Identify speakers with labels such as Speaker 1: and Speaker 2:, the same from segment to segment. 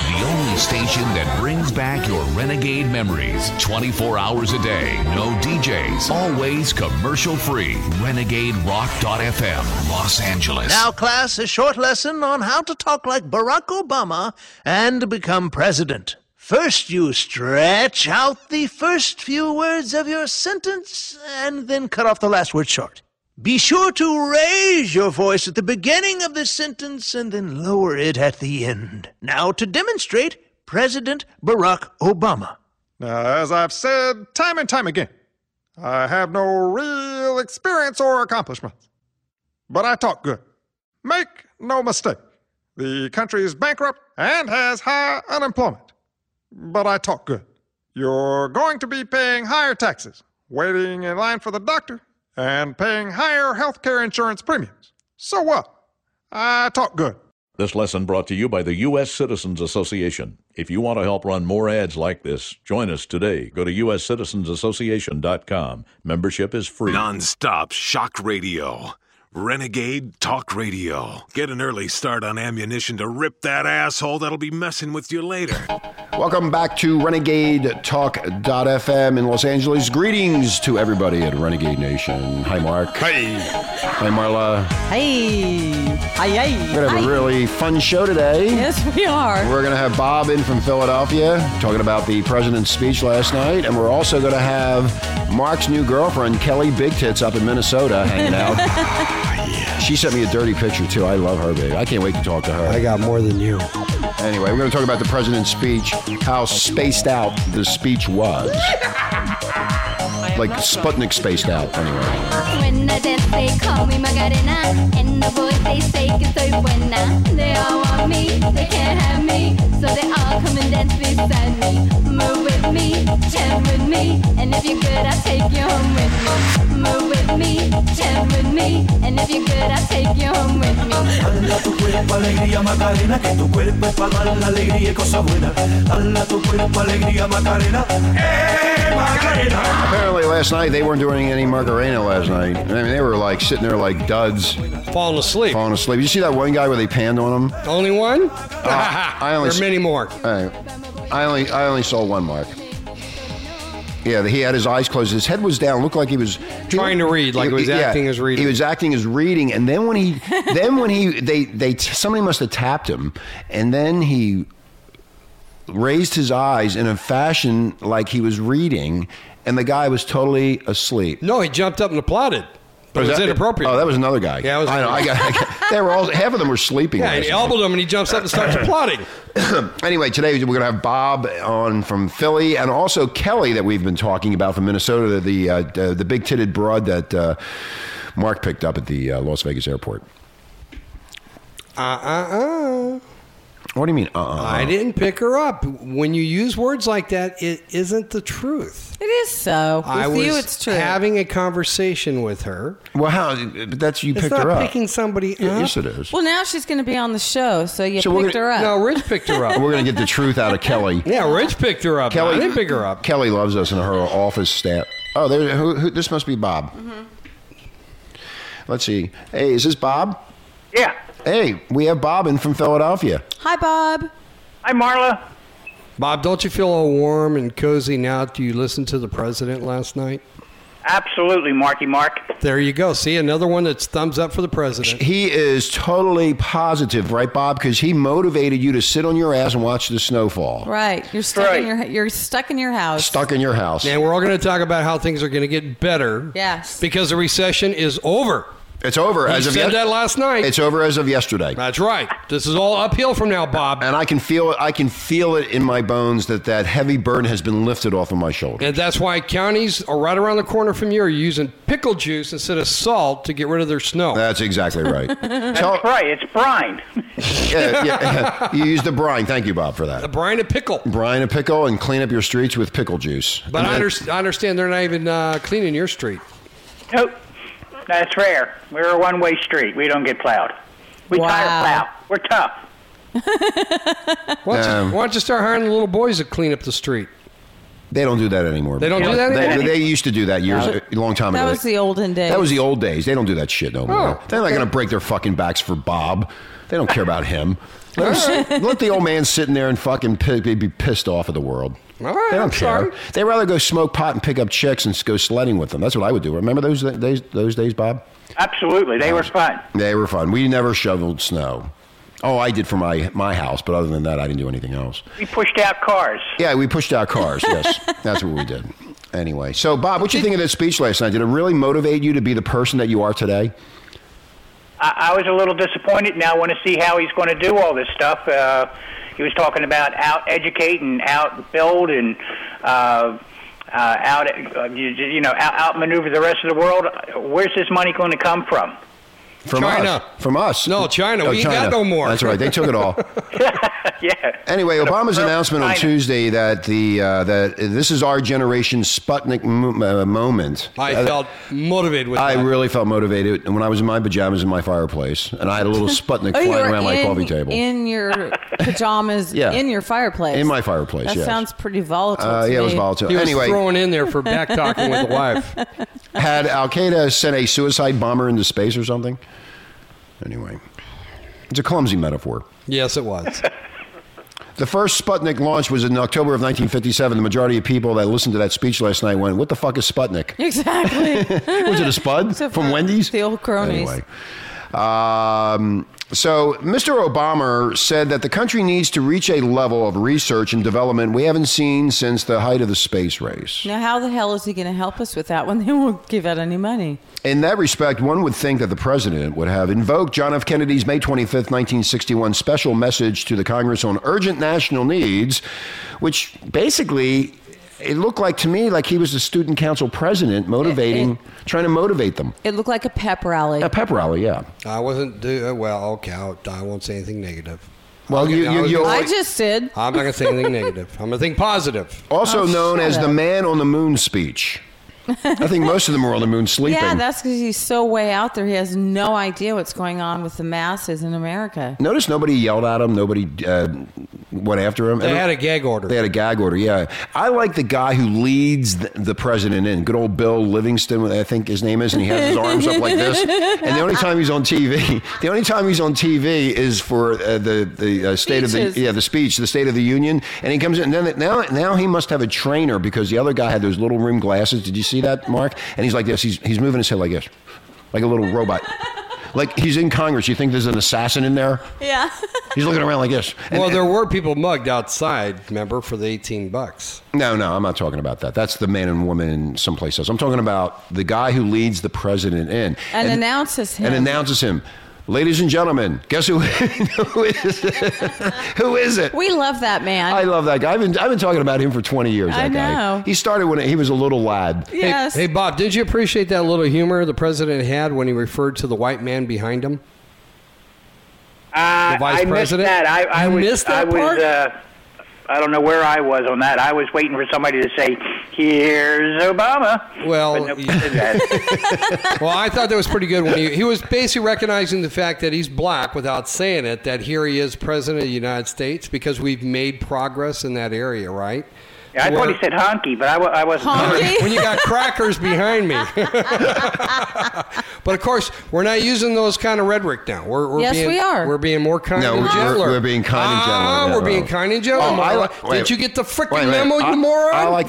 Speaker 1: the station that brings back your renegade memories 24 hours a day. No DJs, always commercial free. RenegadeRock.fm, Los Angeles.
Speaker 2: Now, class, a short lesson on how to talk like Barack Obama and become president. First, you stretch out the first few words of your sentence and then cut off the last word short. Be sure to raise your voice at the beginning of the sentence and then lower it at the end. Now, to demonstrate, President Barack Obama.
Speaker 3: Now, Uh, as I've said time and time again, I have no real experience or accomplishments. But I talk good. Make no mistake, the country is bankrupt and has high unemployment. But I talk good. You're going to be paying higher taxes, waiting in line for the doctor, and paying higher healthcare insurance premiums. So what? I talk good.
Speaker 4: This lesson brought to you by the U.S. Citizens Association. If you want to help run more ads like this, join us today. Go to uscitizensassociation.com. Membership is free.
Speaker 5: Nonstop shock radio. Renegade Talk Radio. Get an early start on ammunition to rip that asshole that'll be messing with you later.
Speaker 6: Welcome back to Renegade Talk.fm in Los Angeles. Greetings to everybody at Renegade Nation. Hi, Mark.
Speaker 3: Hey!
Speaker 6: Hi, Marla.
Speaker 7: Hey. Hi, hey.
Speaker 6: We're going to have a really fun show today.
Speaker 7: Yes, we are.
Speaker 6: We're going to have Bob in from Philadelphia talking about the president's speech last night. And we're also going to have Mark's new girlfriend, Kelly Big Tits, up in Minnesota hanging out. She sent me a dirty picture, too. I love her, babe. I can't wait to talk to her.
Speaker 8: I got more than you.
Speaker 6: Anyway, we're going to talk about the president's speech, how spaced out the speech was. like Sputnik spaced out, anyway.
Speaker 9: When I dance, they call me Macarena, and the boys they say que soy buena. They all want me, they can't have me, so they all come and dance beside me. Move with me, chant with me, and if you're good, I'll take you home with me. Move with me, chant with me, and if you're good, I'll take you home with me.
Speaker 10: Dala tu cuerpo alegría Macarena, que tu cuerpo es para dar la alegría y cosa buena. Dala tu cuerpo alegría Macarena, eh Macarena.
Speaker 6: Apparently, last night they weren't doing any Macarena last night. I mean, they were like sitting there like duds,
Speaker 8: Falling asleep.
Speaker 6: falling asleep. You see that one guy where they panned on him?
Speaker 8: Only one?
Speaker 6: I
Speaker 8: there are
Speaker 6: only s-
Speaker 8: many more.
Speaker 6: Hey, I only I only saw one mark. Yeah, he had his eyes closed. His head was down. Looked like he was
Speaker 8: Trying to read, like he was acting as reading.
Speaker 6: He was acting as reading, and then when he, then when he, they, they, somebody must have tapped him, and then he raised his eyes in a fashion like he was reading, and the guy was totally asleep.
Speaker 8: No, he jumped up and applauded. But it was inappropriate.
Speaker 6: Oh, that was another guy.
Speaker 8: Yeah, it was-
Speaker 6: I know. I got, I got- They were all half of them were sleeping.
Speaker 8: Yeah,
Speaker 6: last
Speaker 8: he
Speaker 6: night.
Speaker 8: elbowed him and he jumps up and starts applauding.
Speaker 6: Anyway, today we're going to have Bob on from Philly, and also Kelly that we've been talking about from Minnesota, the uh, the, the big titted broad that uh, Mark picked up at the uh, Las Vegas airport.
Speaker 8: Uh uh uh.
Speaker 6: What do you mean? Uh, uh,
Speaker 8: I didn't pick her up. When you use words like that, it isn't the truth.
Speaker 7: It is so. With
Speaker 8: I was
Speaker 7: you, it's true.
Speaker 8: having a conversation with her.
Speaker 6: well, how? But that's you
Speaker 8: It's
Speaker 6: picked her
Speaker 8: not
Speaker 6: up.
Speaker 8: picking somebody up.
Speaker 6: yes, it is.
Speaker 7: well, now she's going to be on the show, so you
Speaker 6: So we're
Speaker 7: picked
Speaker 6: gonna-
Speaker 7: her up.
Speaker 8: No, Rich picked her up.
Speaker 6: we're going to get the truth out of Kelly.
Speaker 8: yeah, Rich picked her up.
Speaker 6: Kelly
Speaker 8: I didn't pick her up.
Speaker 6: Kelly loves us in her office staff. Oh, there. Who, who, this must be Bob. Let's see. Hey, is this Bob?
Speaker 11: Yeah.
Speaker 6: Hey, we have Bob in from Philadelphia.
Speaker 7: Hi, Bob.
Speaker 11: Hi, Marla.
Speaker 8: Bob, don't you feel all warm and cozy now? Do you listen to the president last night?
Speaker 11: Absolutely, Marky Mark.
Speaker 8: There you go. See another one that's thumbs up for the president.
Speaker 6: He is totally positive, right, Bob? Because he motivated you to sit on your ass and watch the snowfall.
Speaker 7: Right, you're stuck
Speaker 11: Right.
Speaker 7: in your you're stuck in your house.
Speaker 6: Stuck in your house.
Speaker 8: And we're all going to talk about how things are going to get better.
Speaker 7: Yes.
Speaker 8: Because the recession is over.
Speaker 6: It's over
Speaker 8: You
Speaker 6: as of
Speaker 8: said
Speaker 6: yes-
Speaker 8: that last night.
Speaker 6: It's over as of yesterday.
Speaker 8: That's right. This is all uphill from now, Bob.
Speaker 6: And I can feel it. I can feel it in my bones that that heavy burden has been lifted off of my shoulder.
Speaker 8: And that's why counties are right around the corner from you are using pickle juice instead of salt to get rid of their snow.
Speaker 6: That's exactly right. Tell-
Speaker 11: Right, it's brine.
Speaker 6: yeah, yeah. you used the brine. Thank you, Bob, for
Speaker 8: a
Speaker 6: that.
Speaker 8: brine of pickle.
Speaker 6: Brine a pickle and clean up your streets with pickle juice.
Speaker 8: But
Speaker 6: And
Speaker 8: I,
Speaker 6: then-
Speaker 8: under- I understand they're not even uh, cleaning your street.
Speaker 11: nope. That's rare. We're a one way street. We don't get plowed. We
Speaker 7: Wow.
Speaker 11: tire plow. We're tough.
Speaker 8: Why don't,
Speaker 6: Um,
Speaker 8: you, why don't you start hiring the little boys to clean up the street?
Speaker 6: They don't do that anymore.
Speaker 8: They don't do that
Speaker 6: They,
Speaker 8: anymore?
Speaker 6: they used to do that years, a long time
Speaker 7: that
Speaker 6: ago.
Speaker 7: was the olden days.
Speaker 6: That was the old days. They don't do that shit no more.
Speaker 8: Oh,
Speaker 6: They're not
Speaker 8: okay.
Speaker 6: going to break their fucking backs for Bob. They don't care about him. Let the old man sitting there and fucking pi- be be pissed off at the world.
Speaker 8: All right,
Speaker 6: they don't
Speaker 8: I'm
Speaker 6: care.
Speaker 8: sorry.
Speaker 6: They'd rather go smoke pot and pick up chicks and go sledding with them. That's what I would do. Remember those days? Those days, Bob.
Speaker 11: Absolutely, they were fun.
Speaker 6: They were fun. We never shoveled snow. Oh, I did for my my house, but other than that, I didn't do anything else.
Speaker 11: We pushed out cars.
Speaker 6: Yeah, we pushed out cars. Yes, that's what we did. Anyway, so Bob, what you think of that speech last night? Did it really motivate you to be the person that you are today?
Speaker 11: I, I was a little disappointed. Now I want to see how he's going to do all this stuff. Uh, he was talking about out educate and out build and uh, uh, out uh, you, you know out outmaneuver the rest of the world. Where's this money going to come from?
Speaker 6: From
Speaker 8: China.
Speaker 6: us. From us.
Speaker 8: No, China. We ain't got no more.
Speaker 6: Oh, That's right. They took it all.
Speaker 11: yeah.
Speaker 6: Anyway, Obama's announcement on
Speaker 11: China.
Speaker 6: Tuesday that the uh, that this is our generation's Sputnik m- uh, moment.
Speaker 8: I
Speaker 6: Uh,
Speaker 8: felt motivated with
Speaker 6: I
Speaker 8: that.
Speaker 6: really felt motivated when I was in my pajamas in my fireplace, and I had a little Sputnik
Speaker 7: Oh, you
Speaker 6: flying
Speaker 7: were
Speaker 6: around my
Speaker 7: in-
Speaker 6: coffee table.
Speaker 7: In your pajamas,
Speaker 6: Yeah.
Speaker 7: in your fireplace.
Speaker 6: In my fireplace,
Speaker 7: That
Speaker 6: yes.
Speaker 7: sounds pretty volatile.
Speaker 6: Uh,
Speaker 7: to
Speaker 6: yeah, it was
Speaker 7: me.
Speaker 6: volatile.
Speaker 8: He was
Speaker 6: anyway,
Speaker 8: thrown in there for back talking with the wife.
Speaker 6: had Al Qaeda sent a suicide bomber into space or something? Anyway, it's a clumsy metaphor.
Speaker 8: Yes, it was.
Speaker 6: The first Sputnik launch was in October of 1957. The majority of people that listened to that speech last night went, "What the fuck is Sputnik?"
Speaker 7: Exactly.
Speaker 6: was it a spud
Speaker 7: Except
Speaker 6: from
Speaker 7: for
Speaker 6: Wendy's?
Speaker 7: The old cronies.
Speaker 6: Anyway, um, so Mr. Obama said that the country needs to reach a level of research and development we haven't seen since the height of the space race.
Speaker 7: Now, how the hell is he going to help us with that when they won't give out any money?
Speaker 6: In that respect, one would think that the president would have invoked John F. Kennedy's May 25th, 1961 special message to the Congress on urgent national needs, which basically it looked like to me like he was the student council president motivating, trying to motivate them.
Speaker 7: It looked like a pep rally.
Speaker 6: A pep rally, yeah.
Speaker 8: I wasn't do well. Okay, I'll, I won't say anything negative.
Speaker 6: Well, you, you, you
Speaker 7: I just did.
Speaker 8: I'm not going to say anything negative. I'm going to think positive.
Speaker 6: also
Speaker 7: Oh,
Speaker 6: known
Speaker 7: shut
Speaker 6: as the
Speaker 7: up.
Speaker 6: man on the moon speech. I think most of them were on the moon sleeping.
Speaker 7: Yeah, that's because he's so way out there. He has no idea what's going on with the masses in America.
Speaker 6: Notice nobody yelled at him. Nobody uh, went after him.
Speaker 8: They had a gag order.
Speaker 6: They had a gag order. Yeah, I like the guy who leads the, the president in. Good old Bill Livingston, I think his name is, and he has his arms up like this. And the only time he's on TV, the only time he's on TV is for uh, the the uh, state of
Speaker 7: Speeches.
Speaker 6: the yeah the speech, the State of the Union. And he comes in. And then now now he must have a trainer because the other guy had those little rim glasses. Did you see that, Mark? And he's like this. He's he's moving his head like this, like a little robot. Like he's in Congress. You think there's an assassin in there?
Speaker 7: Yeah.
Speaker 6: He's looking around like this. And-
Speaker 8: well, there were people mugged outside, remember, for the 18 bucks.
Speaker 6: No, no, I'm not talking about that. That's the man and woman in someplace else. I'm talking about the guy who leads the president in
Speaker 7: And announces him.
Speaker 6: and announces him. Ladies and gentlemen, guess who, who is who is it?
Speaker 7: we love that man.
Speaker 6: I love that guy. I've been, I've been talking about him for 20 years.
Speaker 7: I
Speaker 6: That guy.
Speaker 7: know.
Speaker 6: He started when he was a little lad.
Speaker 8: Hey-
Speaker 7: yes.
Speaker 8: Hey, Bob, did you appreciate that little humor the president had when he referred to the white man behind him?
Speaker 11: Uh,
Speaker 8: The vice
Speaker 11: I missed
Speaker 8: president?
Speaker 11: that. I, I
Speaker 8: You
Speaker 11: was,
Speaker 8: missed that
Speaker 11: I was,
Speaker 8: part?
Speaker 11: Uh, I don't know where I was on that. I was waiting for somebody to say, "Here's Obama."
Speaker 8: Well,
Speaker 11: but nobody did that.
Speaker 8: well, I thought that was pretty good when he, he was basically recognizing the fact that he's black without saying it, that here he is president of the United States because we've made progress in that area, right?
Speaker 11: Yeah, I thought he said honky, but I, wa- I wasn't.
Speaker 7: Honky?
Speaker 8: when you got crackers behind me. but of course, we're not using those kind of rhetoric now. We're, we're
Speaker 7: Yes,
Speaker 8: being,
Speaker 7: we are.
Speaker 8: We're being more kind
Speaker 6: No,
Speaker 8: and
Speaker 6: we're- we're-
Speaker 8: gentler.
Speaker 6: we're being kind and gentler,
Speaker 8: Ah,
Speaker 6: yeah,
Speaker 8: we're
Speaker 6: no.
Speaker 8: being kind and gentler.
Speaker 6: Oh, I
Speaker 8: Mara.
Speaker 6: like- wait.
Speaker 8: Did you get the
Speaker 6: Wait a
Speaker 8: freaking
Speaker 6: minute.
Speaker 8: memo,
Speaker 6: I-
Speaker 8: you moron?
Speaker 6: I like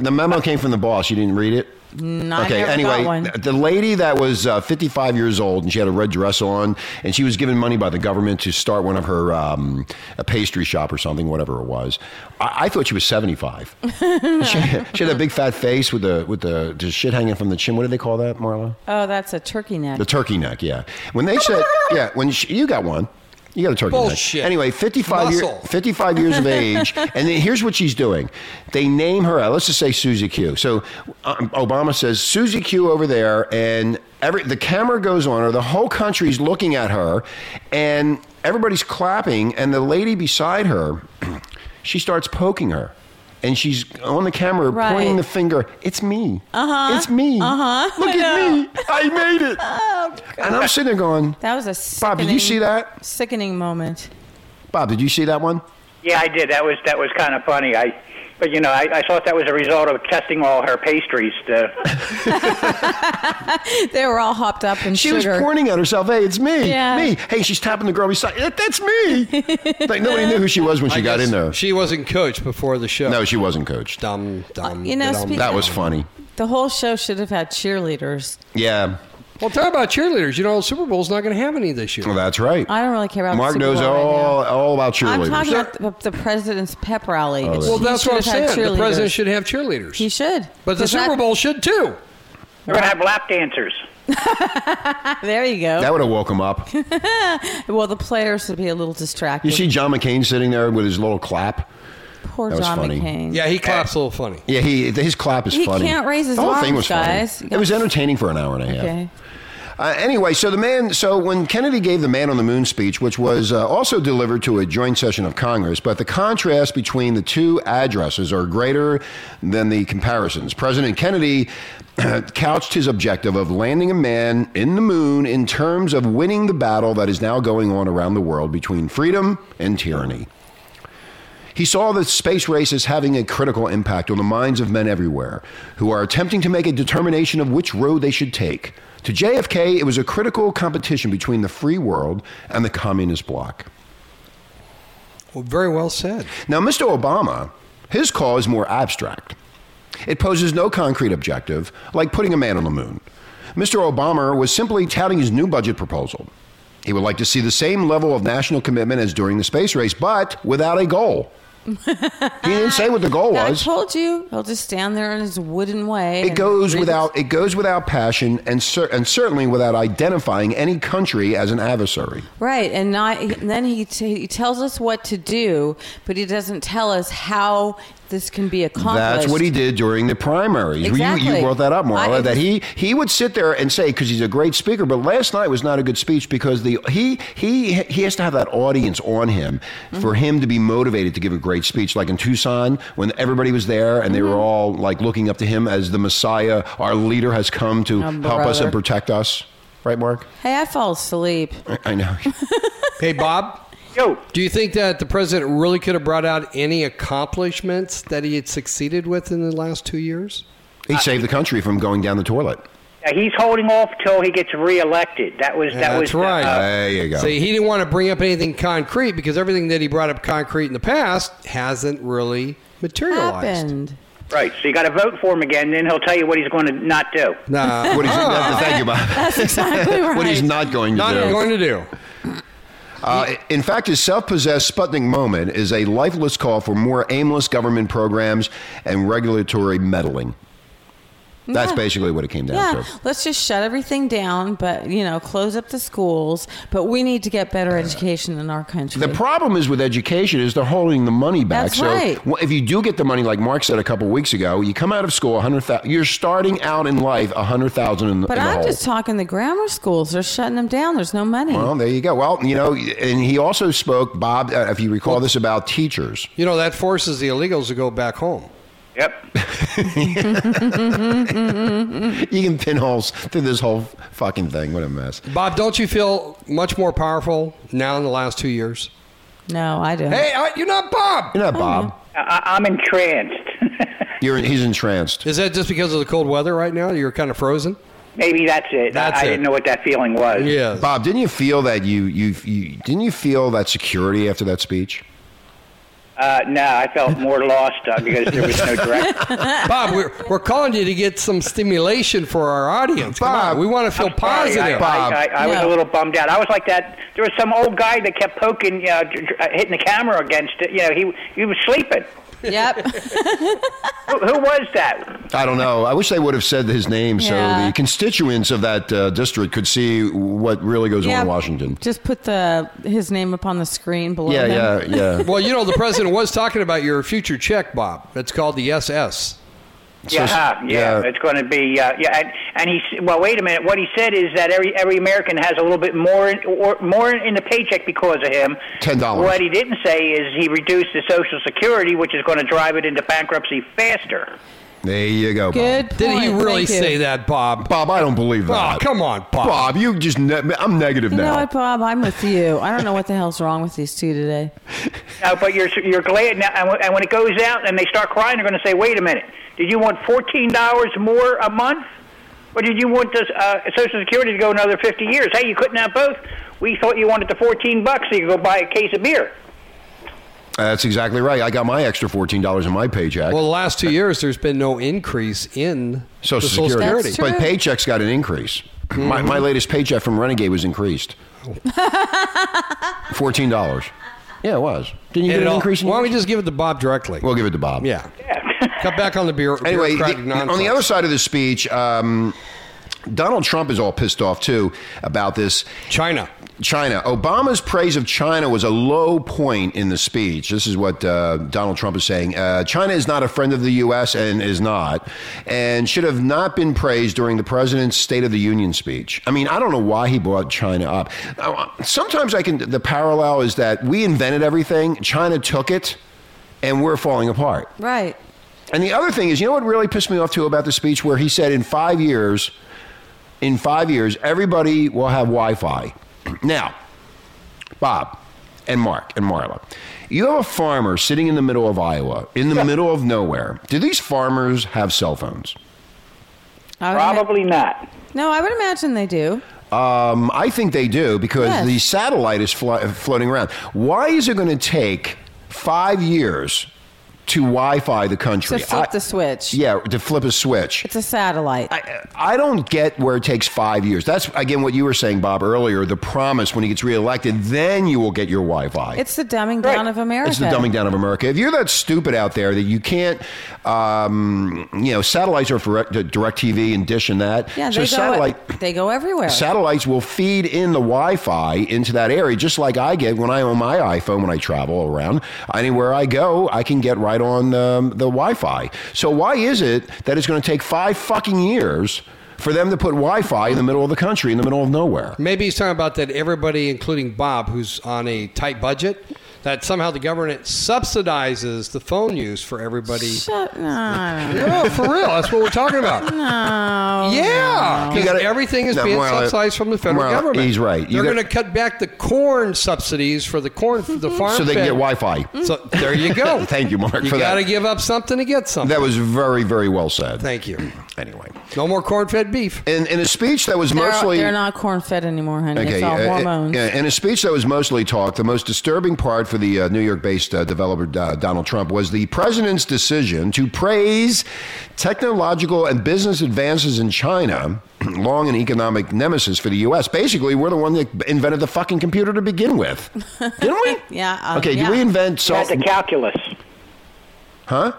Speaker 6: the memo came from the boss. You didn't read it.
Speaker 7: Not
Speaker 6: okay. Anyway, uh, th- the lady that was uh, 55 years old and she had a red dress on, and she was given money by the government to start one of her um, a pastry shop or something, whatever it was. I, I thought she was 75. she, she had a big fat face with the with the, the shit hanging from the chin. What do they call that, Marla?
Speaker 7: Oh, that's a turkey neck.
Speaker 6: The turkey neck. Yeah. When they said, yeah, when she, you got one. You got a turkey
Speaker 8: Bullshit.
Speaker 6: neck. Anyway, 55, year,
Speaker 8: Muscle.
Speaker 6: 55 years of age. And then here's what she's doing. They name her out. Let's just say Susie Q. So um, Obama says, Susie Q over there. And every the camera goes on her. The whole country's looking at her. And everybody's clapping. And the lady beside her, she starts poking her. And she's on the camera
Speaker 7: Right. Uh-huh.
Speaker 6: pointing the finger. It's me. Uh huh. It's me. Uh huh. Look at me. I made it. And I'm sitting there going,
Speaker 7: that was a
Speaker 6: Bob,
Speaker 7: Oh, sickening,
Speaker 6: did you see that?
Speaker 7: Sickening moment.
Speaker 6: Bob, did you see that one?
Speaker 11: Yeah, I did. That was that was kind of funny. I, but you know, I, I thought that was a result of testing all her pastries. To,
Speaker 7: they were all hopped up in
Speaker 6: She was
Speaker 7: sugar.
Speaker 6: pointing at herself. Hey, it's me.
Speaker 7: Yeah.
Speaker 6: Me. Hey, she's tapping the girl beside. "That- That's me. like nobody knew who she was when she got in there.
Speaker 8: She wasn't coached before the show.
Speaker 6: No, she wasn't coached.
Speaker 8: Dumb, dumb.
Speaker 7: you know,
Speaker 8: dumb.
Speaker 7: speak-
Speaker 6: That was funny.
Speaker 7: the whole show should have had cheerleaders.
Speaker 6: Yeah.
Speaker 8: Well, talk about cheerleaders. You know, the Super Bowl's not going to have any this year.
Speaker 6: Well, that's right.
Speaker 7: I don't really care about
Speaker 6: Mark
Speaker 7: the Super
Speaker 6: knows
Speaker 7: Bowl right now.
Speaker 6: all all about
Speaker 7: I'm talking
Speaker 6: cheerleaders.
Speaker 7: about the, the president's pep rally.
Speaker 6: Oh,
Speaker 7: It's-
Speaker 8: Well,
Speaker 7: he
Speaker 8: that's what I'm
Speaker 7: should have had
Speaker 8: saying. The president
Speaker 7: cheerleaders.
Speaker 8: should have cheerleaders.
Speaker 7: He should.
Speaker 8: but the
Speaker 7: Does
Speaker 8: Super
Speaker 7: that-
Speaker 8: Bowl should too.
Speaker 11: we're gonna have lap dancers.
Speaker 7: There you go.
Speaker 6: That would have woke him up.
Speaker 7: well, the players would be a little distracted.
Speaker 6: You see John McCain sitting there with his little clap.
Speaker 7: Poor
Speaker 6: that was
Speaker 7: John
Speaker 6: funny.
Speaker 7: McCain.
Speaker 8: Yeah, he claps a little funny.
Speaker 6: Yeah, he his clap is
Speaker 7: He
Speaker 6: funny.
Speaker 7: can't raise his
Speaker 6: the whole thing
Speaker 7: arms,
Speaker 6: was
Speaker 7: guys.
Speaker 6: funny. It was entertaining for an hour and a half.
Speaker 7: Okay.
Speaker 6: Uh, anyway, so the man, so when Kennedy gave the Man on the Moon speech, which was uh, also delivered to a joint session of Congress, but the contrast between the two addresses are greater than the comparisons. President Kennedy couched his objective of landing a man in the moon in terms of winning the battle that is now going on around the world between freedom and tyranny. He saw the space race as having a critical impact on the minds of men everywhere who are attempting to make a determination of which road they should take. To JFK, it was a critical competition between the free world and the communist bloc.
Speaker 8: Well, very well said.
Speaker 6: Now, Mr. Obama, his call is more abstract. It poses no concrete objective, like putting a man on the moon. Mr. Obama was simply touting his new budget proposal. He would like to see the same level of national commitment as during the space race, but without a goal. he didn't say what the goal
Speaker 7: I
Speaker 6: was.
Speaker 7: told you, he'll just stand there in his wooden way.
Speaker 6: It
Speaker 7: and
Speaker 6: goes
Speaker 7: read-
Speaker 6: without it goes without passion and cer- and certainly without identifying any country as an adversary.
Speaker 7: Right, and not and then he t- he tells us what to do, but he doesn't tell us how this can be accomplished.
Speaker 6: That's what he did during the primaries. You- You,
Speaker 7: Exactly.
Speaker 6: brought that up, Marla.
Speaker 7: I-
Speaker 6: that he he would sit there and say because he's a great speaker, but last night was not a good speech because the he he he has to have that audience on him for him to be motivated to give a great speech. Like in Tucson, when everybody was there and they
Speaker 7: Mm-hmm.
Speaker 6: were all like looking up to him as the Messiah, our leader has come to
Speaker 7: Oh,
Speaker 6: help us and
Speaker 7: brother.
Speaker 6: protect us. Right, Mark?
Speaker 7: Hey, I fall asleep.
Speaker 6: I- I know.
Speaker 8: Hey, Bob.
Speaker 11: Yo,
Speaker 8: Do you think that the president really could have brought out any accomplishments that he had succeeded with in the last two years?
Speaker 6: He saved the country from going down the toilet.
Speaker 11: uh, he's holding off till he gets reelected. That was that
Speaker 8: That's
Speaker 11: was uh,
Speaker 8: right.
Speaker 6: There you go.
Speaker 8: So he didn't want to bring up anything concrete because everything that he brought up concrete in the past hasn't really materialized.
Speaker 7: Happened.
Speaker 11: right. So you got to vote for him again. Then he'll tell you what he's going to not do.
Speaker 8: Nah,
Speaker 6: What he's, thank you, Bob.
Speaker 7: That's exactly right.
Speaker 6: What he's not going to
Speaker 8: not
Speaker 6: do.
Speaker 8: going to do.
Speaker 6: Uh, in fact, his self possessed Sputnik moment is a lifeless call for more aimless government programs and regulatory meddling. That's
Speaker 7: Yeah.
Speaker 6: basically what it came down
Speaker 7: Yeah,
Speaker 6: to.
Speaker 7: let's just shut everything down, but you know, close up the schools. But we need to get better education in our country.
Speaker 6: The problem is with education is they're holding the money back.
Speaker 7: That's
Speaker 6: so
Speaker 7: right.
Speaker 6: wh- if you do get the money, like Mark said a couple weeks ago, you come out of school 100,000. You're starting out in life 100,000 in, the-
Speaker 7: but
Speaker 6: in the
Speaker 7: I'm
Speaker 6: hole.
Speaker 7: just talking the grammar schools. They're shutting them down. There's no money.
Speaker 6: well, there you go. Well, you know, and he also spoke, Bob, uh, if you recall this, about teachers.
Speaker 8: You know, that forces the illegals to go back home.
Speaker 11: Yep.
Speaker 6: You can pinholes through this whole fucking thing. What a mess.
Speaker 8: Bob, don't you feel much more powerful now in the last two years?
Speaker 7: no, I don't.
Speaker 8: Hey, I, you're not Bob.
Speaker 6: uh, You're not Bob. Oh,
Speaker 11: I, I'm entranced.
Speaker 6: You're, he's entranced.
Speaker 8: Is that just because of the cold weather right now? You're kind of frozen?
Speaker 11: Maybe that's it.
Speaker 8: That's
Speaker 11: I, I
Speaker 8: it.
Speaker 11: didn't know what that feeling was.
Speaker 8: Yeah.
Speaker 6: Bob, didn't you feel that you, you you didn't you feel that security after that speech?
Speaker 11: Uh, no, I felt more lost uh, because there was no direction.
Speaker 8: Bob, we're, we're calling you to get some stimulation for our audience. Come
Speaker 6: Bob.
Speaker 8: on, we want to feel
Speaker 11: I,
Speaker 8: positive.
Speaker 6: Bob.
Speaker 11: I, I, I was a
Speaker 7: No.
Speaker 11: little bummed out. I was like that. There was some old guy that kept poking, you know, dr- dr- uh, hitting the camera against it. You know, he he was sleeping.
Speaker 7: Yep.
Speaker 11: Who, who was that?
Speaker 6: I don't know. I wish they would have said his name so
Speaker 7: Yeah.
Speaker 6: the constituents of that uh, district could see what really goes on
Speaker 7: Yeah.
Speaker 6: in Washington.
Speaker 7: Just put the his name up on the screen below.
Speaker 6: Yeah,
Speaker 7: him.
Speaker 6: yeah, yeah.
Speaker 8: Well, you know, the president was talking about your future check, Bob. That's called the SS.
Speaker 11: Yeah, huh, yeah,
Speaker 6: yeah.
Speaker 11: It's going to be uh, yeah. And, and he s- well, wait a minute. What he said is that every every American has a little bit more in, or more in the paycheck because of him.
Speaker 6: $10.
Speaker 11: What he didn't say is he reduced the Social Security, which is going to drive it into bankruptcy faster.
Speaker 6: There you go. Bob.
Speaker 7: Good
Speaker 8: Did he
Speaker 7: point.
Speaker 8: really
Speaker 7: Thank you.
Speaker 8: say that, Bob?
Speaker 6: Bob, I don't believe that.
Speaker 8: Oh, come on, Bob.
Speaker 6: Bob, you just ne- I'm negative
Speaker 7: You know
Speaker 6: now.
Speaker 7: what, Bob? I'm with you. I don't know what the hell's wrong with these two today.
Speaker 11: No, but you're you're glad now, and when- and when it goes out and they start crying, they're going to say, "Wait a minute, did you want fourteen dollars more a month, or did you want this uh, Social Security to go another fifty years? Hey, you couldn't have both. We thought you wanted the fourteen bucks so you could go buy a case of beer."
Speaker 6: That's exactly right. I got my extra fourteen dollars in my paycheck.
Speaker 8: Well, the last two years, there's been no increase in
Speaker 6: Social
Speaker 8: the Social Security.
Speaker 6: Security, but paychecks got an increase. My, my latest paycheck from Renegade was increased. Fourteen dollars. Yeah, it was. Didn't you
Speaker 8: And
Speaker 6: get
Speaker 8: it
Speaker 6: an
Speaker 8: all-
Speaker 6: increase? In
Speaker 8: why don't we
Speaker 6: yours?
Speaker 8: just give it to Bob directly?
Speaker 6: We'll give it to Bob.
Speaker 8: yeah. Cut back on the beer.
Speaker 6: Anyway, the-
Speaker 8: bureaucratic
Speaker 6: on
Speaker 8: nonsense.
Speaker 6: the other side of the speech, um, Donald Trump is all pissed off too about this.
Speaker 8: China.
Speaker 6: China. Obama's praise of China was a low point in the speech. This is what uh, Donald Trump is saying. Uh, China is not a friend of the U.S. and is not, and should have not been praised during the president's State of the Union speech. I mean, I don't know why he brought China up. Uh, Sometimes I can. The parallel is that we invented everything, China took it, and we're falling apart.
Speaker 7: Right.
Speaker 6: And the other thing is, you know what really pissed me off too about the speech where he said in five years, in five years, everybody will have Wi Fi. Now, Bob and Mark and Marla, you have a farmer sitting in the middle of Iowa, in the middle of nowhere. Do these farmers have cell phones?
Speaker 7: I would ima-
Speaker 11: Probably not.
Speaker 7: no, I would imagine they do.
Speaker 6: Um, I think they do because
Speaker 7: Yes.
Speaker 6: the satellite is flo- floating around. Why is it going to take five years to Wi Fi the country?
Speaker 7: To flip
Speaker 6: I-
Speaker 7: the switch.
Speaker 6: yeah, to flip a switch.
Speaker 7: It's a satellite.
Speaker 6: I, I don't get where it takes five years. That's again what you were saying, Bob, earlier. The promise when he gets reelected, then you will get your Wi-Fi.
Speaker 7: it's the dumbing down of America.
Speaker 6: It's the dumbing down of America. If you're that stupid out there that you can't, um, you know, satellites are for direct TV and dish and that.
Speaker 7: Yeah,
Speaker 6: so
Speaker 7: they,
Speaker 6: satellite.
Speaker 7: go, they go everywhere.
Speaker 6: Satellites will feed in the Wi-Fi into that area, just like I get when I own my iPhone when I travel around. Anywhere I go, I can get right on um, the Wi-Fi. So why is it that it's going to take five fucking years for them to put Wi-Fi in the middle of the country, in the middle of nowhere?
Speaker 8: Maybe he's talking about that everybody, including Bob, who's on a tight budget, that somehow the government subsidizes the phone use for everybody.
Speaker 7: Shut no,
Speaker 8: no, for real. That's what we're talking about.
Speaker 7: no.
Speaker 8: Yeah,
Speaker 6: You
Speaker 8: because
Speaker 6: gotta-
Speaker 8: everything is
Speaker 6: No,
Speaker 8: being
Speaker 6: Marla-
Speaker 8: subsidized from the federal
Speaker 6: Marla,
Speaker 8: government.
Speaker 6: he's right. You
Speaker 8: They're
Speaker 6: got-
Speaker 8: going to cut back the corn subsidies for the corn, the farm.
Speaker 6: So they can
Speaker 8: fed-
Speaker 6: get Wi-Fi.
Speaker 8: So there you go.
Speaker 6: Thank you, Mark,
Speaker 8: You
Speaker 6: for
Speaker 8: got to
Speaker 6: that.
Speaker 8: give up something to get something.
Speaker 6: That was very, very well said.
Speaker 8: Thank you.
Speaker 6: Anyway,
Speaker 8: No more corn-fed beef.
Speaker 6: in, in a speech that was
Speaker 7: They're,
Speaker 6: mostly
Speaker 7: they're not corn fed anymore, honey. it's all
Speaker 6: uh, uh,
Speaker 7: hormones.
Speaker 6: yeah, in a speech that was mostly talk, the most disturbing part for the uh, New York based uh, developer uh, Donald Trump was the president's decision to praise technological and business advances in China, long an economic nemesis for the U.S. Basically, we're the one that invented the fucking computer to begin with. Didn't we?
Speaker 7: Yeah, uh,
Speaker 6: okay,
Speaker 7: yeah.
Speaker 6: did we invent
Speaker 11: Not
Speaker 6: salt?
Speaker 11: the calculus.
Speaker 6: Huh?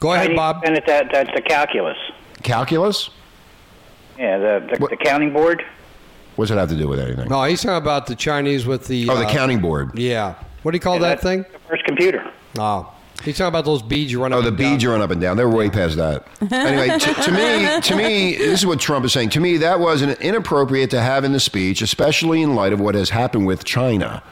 Speaker 8: Go ahead, Bob.
Speaker 11: And that, that's the calculus.
Speaker 6: Calculus?
Speaker 11: Yeah, the, the,
Speaker 6: What-
Speaker 11: the counting board.
Speaker 6: What's it have to do with anything?
Speaker 8: No, he's talking about the Chinese with the.
Speaker 6: Oh, the
Speaker 8: uh,
Speaker 6: counting board.
Speaker 8: Yeah. What do you call
Speaker 11: Yeah,
Speaker 8: that
Speaker 11: that's
Speaker 8: thing?
Speaker 11: The first computer.
Speaker 8: Oh. He's talking about those beads you run
Speaker 6: Oh,
Speaker 8: up
Speaker 6: the
Speaker 8: and
Speaker 6: beads
Speaker 8: down.
Speaker 6: are on up and down. They're way past that. Anyway, t- to me, to me, this is what Trump is saying. To me, that was an inappropriate to have in the speech, especially in light of what has happened with China.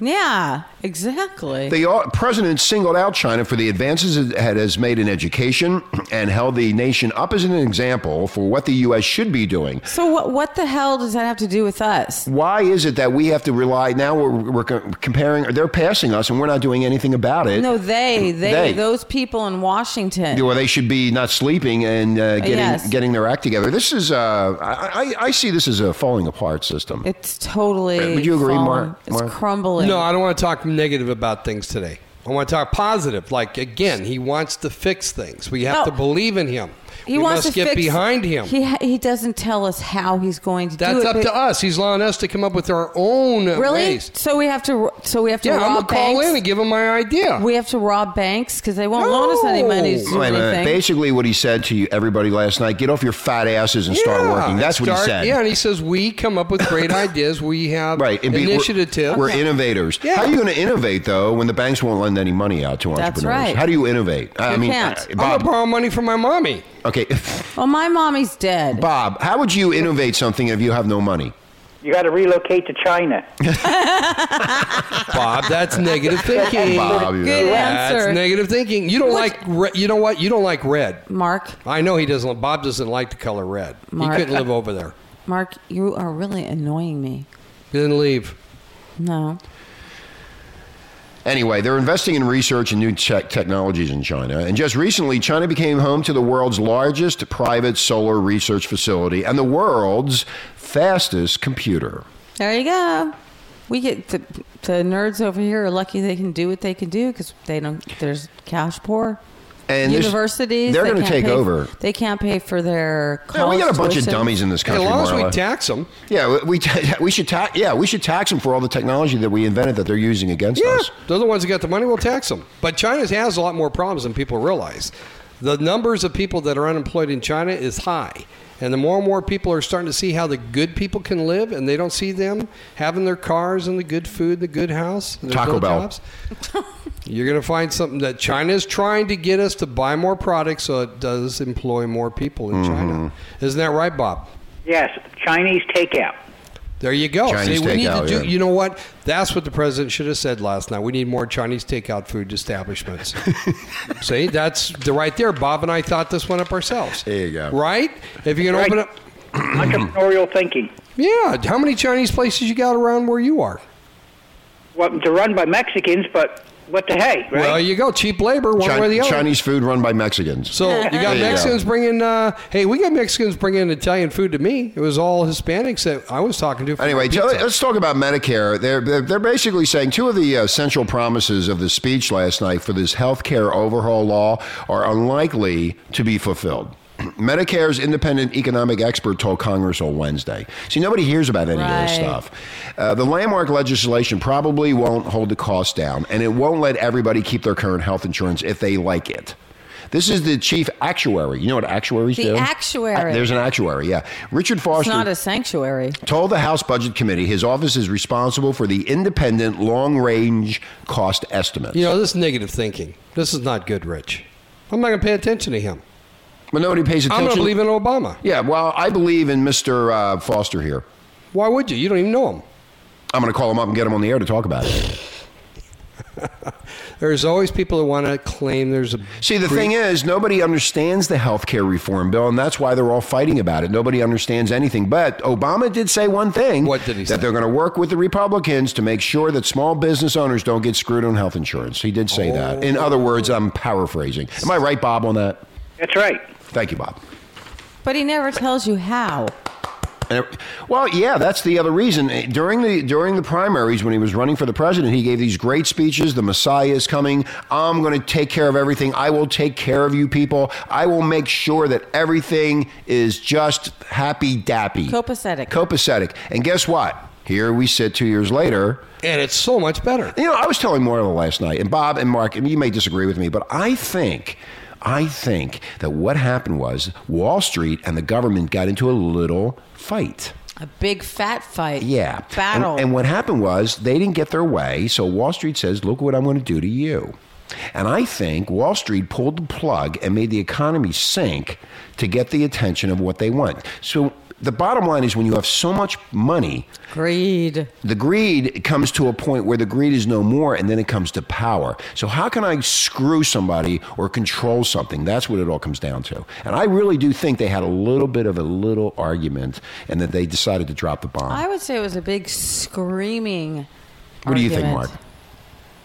Speaker 7: yeah, exactly.
Speaker 6: The au- president singled out China for the advances it had- has made in education and held the nation up as an example for what the U.S. should be doing.
Speaker 7: so what? What the hell does that have to do with us?
Speaker 6: Why is it that we have to rely now? We're, we're co- comparing. They're passing us, and we're not doing anything about it.
Speaker 7: No, they, they,
Speaker 6: They.
Speaker 7: those people in Washington.
Speaker 6: or they should be not sleeping and uh, getting
Speaker 7: Yes.
Speaker 6: getting their act together. This is uh, I, I I see this as a falling apart system.
Speaker 7: It's totally.
Speaker 6: Would you agree,
Speaker 7: fallen.
Speaker 6: Mark-
Speaker 7: It's
Speaker 6: Mark?
Speaker 7: crumbling.
Speaker 8: No, I don't want to talk negative about things today. I want to talk positive. Like again, he wants to fix things. We have
Speaker 7: No.
Speaker 8: to believe in him. we
Speaker 7: He wants
Speaker 8: must
Speaker 7: to
Speaker 8: get
Speaker 7: fix-
Speaker 8: behind him.
Speaker 7: He ha- he doesn't tell us how he's going to do
Speaker 8: That's
Speaker 7: it.
Speaker 8: up
Speaker 7: but-
Speaker 8: to us. He's allowing us to come up with our own uh,
Speaker 7: Really?
Speaker 8: ways.
Speaker 7: So we have to. So we have to
Speaker 8: Yeah, I'm
Speaker 7: rob
Speaker 8: gonna call
Speaker 7: banks.
Speaker 8: in and give him my idea.
Speaker 7: We have to rob banks because they won't loan us any money to do
Speaker 6: Wait a minute.
Speaker 7: anything.
Speaker 6: Basically, what he said to you, everybody last night: get off your fat asses and start
Speaker 8: Yeah,
Speaker 6: working. That's what he
Speaker 8: start-
Speaker 6: said.
Speaker 8: Yeah, and he says we come up with great ideas. We have
Speaker 6: Right, and be- we're-
Speaker 8: initiative.
Speaker 6: We're, innovators.
Speaker 8: Yeah.
Speaker 6: How are you going to innovate though when the banks won't lend any money out to entrepreneurs?
Speaker 7: right.
Speaker 6: How do you innovate? I
Speaker 7: You
Speaker 6: mean,
Speaker 7: can't.
Speaker 6: uh,
Speaker 8: I'm gonna
Speaker 6: Bob.
Speaker 8: borrow money from my mommy.
Speaker 6: Okay,
Speaker 7: well, my mommy's dead.
Speaker 6: Bob. How would you innovate something if you have no money?
Speaker 11: You got to relocate to China.
Speaker 8: Bob, that's negative thinking.
Speaker 11: Bob,
Speaker 7: yeah. Good
Speaker 8: that's
Speaker 7: answer.
Speaker 8: negative thinking. You don't like re- you know what? You don't like red.
Speaker 7: Mark,
Speaker 8: I know he doesn't. Bob doesn't like the color red.
Speaker 7: Mark.
Speaker 8: He
Speaker 6: uh
Speaker 8: couldn't live over there.
Speaker 7: Mark, you are really annoying me.
Speaker 8: He didn't leave.
Speaker 7: No.
Speaker 6: Anyway, they're investing in research and new tech technologies in China. And just recently, China became home to the world's largest private solar research facility and the world's fastest computer.
Speaker 7: There you go. We get the, the nerds over here are lucky they can do what they can do because they don't. There's cash poor.
Speaker 6: And there's-
Speaker 7: universities
Speaker 6: they're
Speaker 7: they
Speaker 6: gonna
Speaker 7: can't
Speaker 6: take
Speaker 7: pay-
Speaker 6: over.
Speaker 7: They can't pay for their.
Speaker 6: Yeah, we
Speaker 7: college
Speaker 6: got a bunch of
Speaker 7: tuition.
Speaker 6: dummies in this
Speaker 8: As
Speaker 6: country.
Speaker 8: long as we
Speaker 6: Marla.
Speaker 8: tax him.
Speaker 6: yeah, we- we ta- we should tax. Yeah, we should tax them for all the technology that we invented that they're using against
Speaker 8: Yeah,
Speaker 6: us.
Speaker 8: they're the ones who got the money. We'll tax them. But China has a lot more problems than people realize. The numbers of people that are unemployed in China is high. And the more and more people are starting to see how the good people can live, and they don't see them having their cars and the good food, the good house, and there's
Speaker 6: Taco
Speaker 8: no
Speaker 6: Bell.
Speaker 8: jobs. You're going to find something that China is trying to get us to buy more products so it does employ more people in China.
Speaker 6: Mm-hmm.
Speaker 8: Isn't that right, Bob?
Speaker 11: Yes, Chinese takeout.
Speaker 8: There you go.
Speaker 6: Chinese
Speaker 8: See, we need
Speaker 6: takeout,
Speaker 8: to do.
Speaker 6: yeah.
Speaker 8: You know what? That's what the president should have said last night. We need more Chinese takeout food establishments. See, that's the right there. Bob and I thought this one up ourselves.
Speaker 6: There you go.
Speaker 8: Right? If you can
Speaker 11: Right.
Speaker 8: open up,
Speaker 11: Entrepreneurial thinking.
Speaker 8: yeah. How many Chinese places you got around where you are?
Speaker 11: Well, they're run by Mexicans, but what the hey, right?
Speaker 8: Well, you go cheap labor, one
Speaker 6: Chi-
Speaker 8: way or the other.
Speaker 6: Chinese food run by Mexicans.
Speaker 8: So you
Speaker 6: There
Speaker 8: got
Speaker 6: you go.
Speaker 8: Mexicans bringing. Uh, hey, we got Mexicans bringing Italian food to me. It was all Hispanics that I was talking to. for
Speaker 6: Anyway,
Speaker 8: my
Speaker 6: Joe,
Speaker 8: pizza.
Speaker 6: let's talk about Medicare. They're, they're, they're basically saying two of the uh, central promises of the speech last night for this health care overhaul law are unlikely to be fulfilled. Medicare's independent economic expert told Congress on Wednesday. See, nobody hears about any of this
Speaker 7: Right.
Speaker 6: stuff. Uh, the landmark legislation probably won't hold the cost down, and it won't let everybody keep their current health insurance if they like it. This is the chief actuary. You know what actuaries
Speaker 7: The
Speaker 6: do?
Speaker 7: actuary.
Speaker 6: Uh, There's an actuary, yeah. Richard
Speaker 7: It's
Speaker 6: Foster
Speaker 7: not a sanctuary.
Speaker 6: told the House Budget Committee his office is responsible for the independent long range cost estimates.
Speaker 8: you know this negative thinking. This is not good, Rich. I'm not going to pay attention to him.
Speaker 6: But nobody pays
Speaker 8: I'm
Speaker 6: attention.
Speaker 8: going to believe in Obama.
Speaker 6: yeah, well, I believe in Mr. Uh, Foster here.
Speaker 8: Why would you? You don't even know him.
Speaker 6: I'm going to call him up and get him on the air to talk about it.
Speaker 8: There's always people that want to claim there's a.
Speaker 6: See, the thing is, nobody understands the health care reform bill, and that's why they're all fighting about it. Nobody understands anything. But Obama did say one thing
Speaker 8: What did he
Speaker 6: that
Speaker 8: say?
Speaker 6: they're going to work with the Republicans to make sure that small business owners don't get screwed on health insurance. He did say that. In other words, I'm paraphrasing. Am I right, Bob, on that?
Speaker 11: That's right.
Speaker 6: Thank you, Bob.
Speaker 7: But he never tells you how.
Speaker 6: And it- Well, yeah, that's the other reason. Eh, During the during the primaries, when he was running for the president, he gave these great speeches. The Messiah is coming. I'm going to take care of everything. I will take care of you people. I will make sure that everything is just happy dappy,
Speaker 7: Copacetic.
Speaker 6: copacetic. And guess what? Here we sit two years later.
Speaker 8: And it's so much better.
Speaker 6: You know, I was telling Marla last night, and Bob and Mark, and you may disagree with me, but I think, I think that what happened was Wall Street and the government got into a little fight.
Speaker 7: a big fat fight.
Speaker 6: Yeah.
Speaker 7: Battle.
Speaker 6: And, and what happened was they didn't get their way. So Wall Street says, look what I'm going to do to you. And I think Wall Street pulled the plug and made the economy sink to get the attention of what they want. So the bottom line is when you have so much money,
Speaker 7: Greed.
Speaker 6: the greed comes to a point where the greed is no more and then it comes to power. So how can I screw somebody or control something? That's what it all comes down to. And I really do think they had a little bit of a little argument and that they decided to drop the bomb.
Speaker 7: I would say it was a big screaming.
Speaker 6: What do you think,
Speaker 7: argument.
Speaker 6: Mark?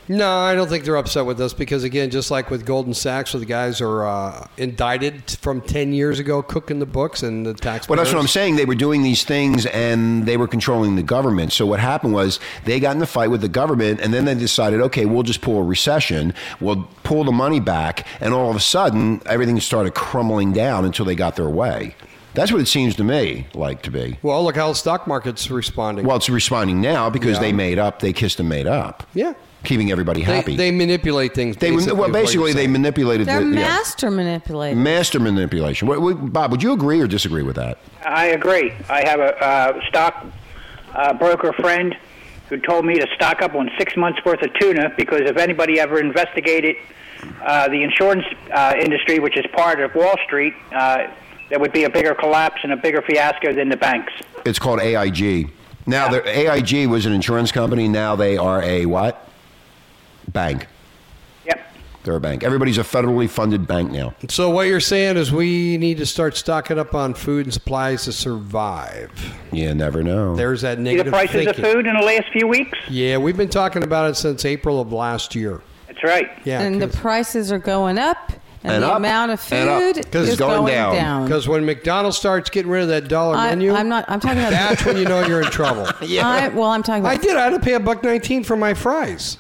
Speaker 8: No, I don't think they're upset with us because, again, just like with Golden Sachs, where the guys are uh, indicted from 10 years ago, cooking the books and the tax.
Speaker 6: Well, that's what I'm saying. They were doing these things and they were controlling the government. So what happened was they got in a fight with the government and then they decided, okay, we'll just pull a recession. We'll pull the money back. And all of a sudden, everything started crumbling down until they got their way. That's what it seems to me like to be.
Speaker 8: Well, look how the stock market's responding.
Speaker 6: Well, it's responding now because
Speaker 8: Yeah.
Speaker 6: they made up. They kissed and made up,
Speaker 8: yeah.
Speaker 6: keeping everybody
Speaker 8: They,
Speaker 6: happy.
Speaker 8: they manipulate things.
Speaker 6: They-
Speaker 8: basically,
Speaker 6: well,
Speaker 8: is what you're
Speaker 6: basically, they
Speaker 8: saying.
Speaker 6: manipulated
Speaker 7: They're
Speaker 6: the yeah.
Speaker 7: master manipulators.
Speaker 6: master manipulation. What- what- Bob, would you agree or disagree with that?
Speaker 11: I agree. I have a uh, stock uh, broker friend who told me to stock up on six months worth of tuna because if anybody ever investigated uh, the insurance uh, industry, which is part of Wall Street, uh, there would be a bigger collapse and a bigger fiasco than the banks.
Speaker 6: It's called AIG. Now, the AIG was an insurance company. Now they are a what? Bank.
Speaker 11: Yep.
Speaker 6: They're a bank. Everybody's a federally funded bank now.
Speaker 8: So what you're saying is we need to start stocking up on food and supplies to survive.
Speaker 6: You never know.
Speaker 8: There's that
Speaker 11: See the
Speaker 8: negative
Speaker 11: prices
Speaker 8: thinking.
Speaker 11: of food in the last few weeks.
Speaker 8: Yeah, we've been talking about it since April of last
Speaker 7: Uh-huh.
Speaker 8: year.
Speaker 11: That's right.
Speaker 8: Yeah,
Speaker 7: and the prices are going up, and,
Speaker 8: And
Speaker 7: the
Speaker 8: up,
Speaker 7: amount of
Speaker 8: and up,
Speaker 7: food
Speaker 8: 'cause
Speaker 7: is
Speaker 8: it's going
Speaker 6: down.
Speaker 8: because when McDonald's starts getting rid of that dollar
Speaker 7: I,
Speaker 8: menu,
Speaker 7: am not. I'm talking about.
Speaker 8: that's when you know you're in trouble.
Speaker 7: I, well, I'm talking about.
Speaker 8: I did. I had to pay a buck nineteen for my fries.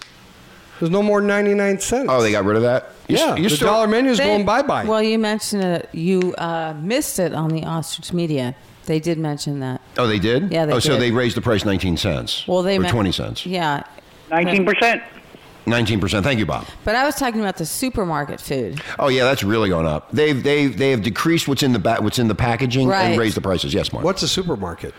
Speaker 8: There's no more ninety nine cents. Oh,
Speaker 6: they got rid of that.
Speaker 8: yeah, the dollar menu's
Speaker 7: They-
Speaker 8: going bye bye.
Speaker 7: Well, you mentioned it. You uh, missed it on the ostrich media. They did mention that.
Speaker 6: Oh, they did?
Speaker 7: Yeah, they
Speaker 6: Oh, so
Speaker 7: did.
Speaker 6: they raised the price 19 cents.
Speaker 7: Well, they
Speaker 6: or
Speaker 7: meant-
Speaker 6: 20 cents.
Speaker 7: Yeah.
Speaker 11: 19%.
Speaker 6: 19%. Thank you, Bob.
Speaker 7: But I was talking about the supermarket food.
Speaker 6: Oh yeah, that's really gone up. They've they have they have decreased what's in the ba- what's in the packaging
Speaker 7: Right.
Speaker 6: and raised the prices. Yes, Mark.
Speaker 8: What's a supermarket?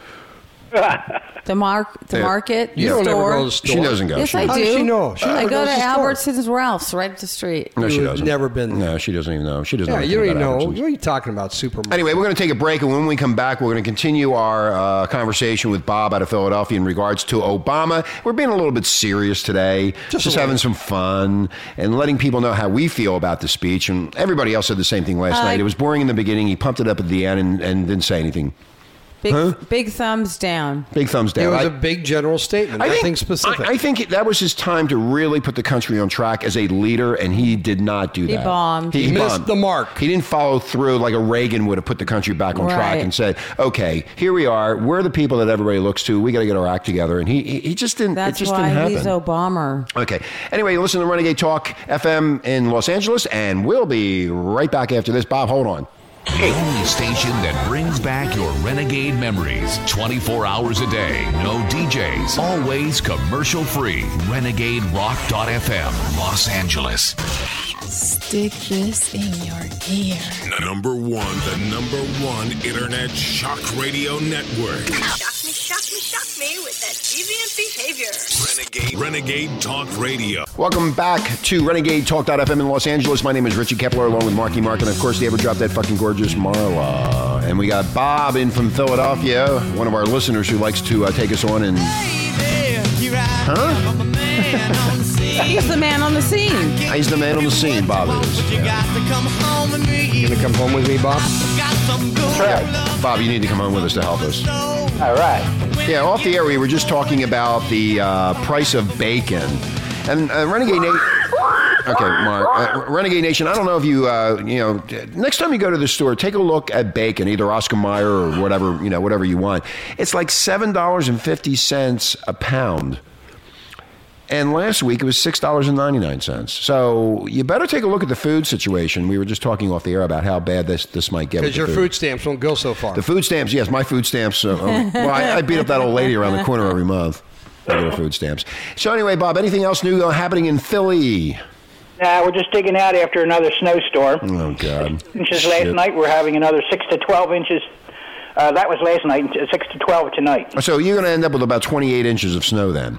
Speaker 7: The mark, the
Speaker 6: Yeah.
Speaker 7: market.
Speaker 6: You
Speaker 7: the
Speaker 6: don't ever
Speaker 7: store.
Speaker 6: go to the store. She doesn't go.
Speaker 7: Yes,
Speaker 6: She
Speaker 7: I do.
Speaker 6: doesn't. How
Speaker 8: does she know? She
Speaker 7: I
Speaker 8: never
Speaker 7: go
Speaker 8: goes
Speaker 7: to
Speaker 8: to the store.
Speaker 7: Albertson's Ralph's right up the street.
Speaker 6: No, she
Speaker 8: You've
Speaker 6: doesn't.
Speaker 8: Never been.
Speaker 6: No, she doesn't even know. She doesn't.
Speaker 8: Yeah,
Speaker 6: know
Speaker 8: you don't
Speaker 6: anything
Speaker 8: even
Speaker 6: about
Speaker 8: know.
Speaker 6: Albertsons.
Speaker 8: What are you talking about? Supermarket.
Speaker 6: Anyway, we're going to take a break, and when we come back, we're going to continue our uh, conversation with Bob out of Philadelphia in regards to Obama. We're being a little bit serious today, just, having some fun and letting people know how we feel about the speech. And everybody else said the same thing last
Speaker 7: Uh,
Speaker 6: night. It was boring in the beginning. He pumped it up at the end and, and didn't say anything.
Speaker 7: Big, big thumbs down.
Speaker 6: Big thumbs down.
Speaker 8: It was
Speaker 6: I-
Speaker 8: a big general statement. nothing specific.
Speaker 6: I, I think that was his time to really put the country on track as a leader, and he did not do
Speaker 7: He
Speaker 6: that.
Speaker 7: bombed.
Speaker 8: He missed the mark.
Speaker 6: He didn't follow through like a Reagan would have put the country back on track
Speaker 7: Right.
Speaker 6: and said, "Okay, here we are. We're the people that everybody looks to. We got to get our act together." And he he, he just didn't.
Speaker 7: That's
Speaker 6: it just didn't
Speaker 7: why
Speaker 6: happen.
Speaker 7: he's Obama.
Speaker 6: Okay. Anyway, listen to Renegade Talk FM in Los Angeles, and we'll be right back after this. Bob, hold on.
Speaker 1: The only station that brings back your renegade memories 24 hours a day. No DJs. Always commercial free. RenegadeRock.fm, Los Angeles.
Speaker 12: Stick this in your ear.
Speaker 5: Number one, the number one internet shock radio network.
Speaker 12: Shock me, shock me, shock me with that deviant behavior.
Speaker 5: Renegade, Renegade Talk Radio.
Speaker 6: Welcome back to Renegade Talk.fm in Los Angeles. My name is Richie Kepler, along with Marky Mark, and of course, they ever dropped that fucking gorgeous Marla. And we got Bob in from Philadelphia, one of our listeners who likes to uh, take us on and. Huh?
Speaker 7: He's the man on the scene.
Speaker 6: He's the man on the scene, Bob is.
Speaker 8: You gonna come home with me, Bob?
Speaker 6: Yeah. Bob, you need to come on with us to help us.
Speaker 11: All right.
Speaker 6: Yeah, off the air, we were just talking about the uh, price of bacon. And uh, Renegade Nation. Okay, Mark. Uh, Renegade Nation, I don't know if you, uh, you know, next time you go to the store, take a look at bacon, either Oscar Mayer or whatever, you know, whatever you want. It's like $7.50 a pound. And last week it was six dollars and ninety nine cents. So you better take a look at the food situation. We were just talking off the air about how bad this this might get. with
Speaker 8: Because
Speaker 6: the
Speaker 8: your food stamps won't go so far.
Speaker 6: the food stamps, yes, my food stamps. Uh, uh, well, I, I beat up that old lady around the corner every month. I go to food stamps. So anyway, Bob, anything else new uh, happening in Philly?
Speaker 11: Now we're just digging out after another snowstorm.
Speaker 6: Oh God!
Speaker 11: Inches last
Speaker 6: Shit.
Speaker 11: night. We're having another six to twelve inches. Uh, that was last night. and Six to twelve tonight.
Speaker 6: So you're going to end up with about 28 inches of snow then.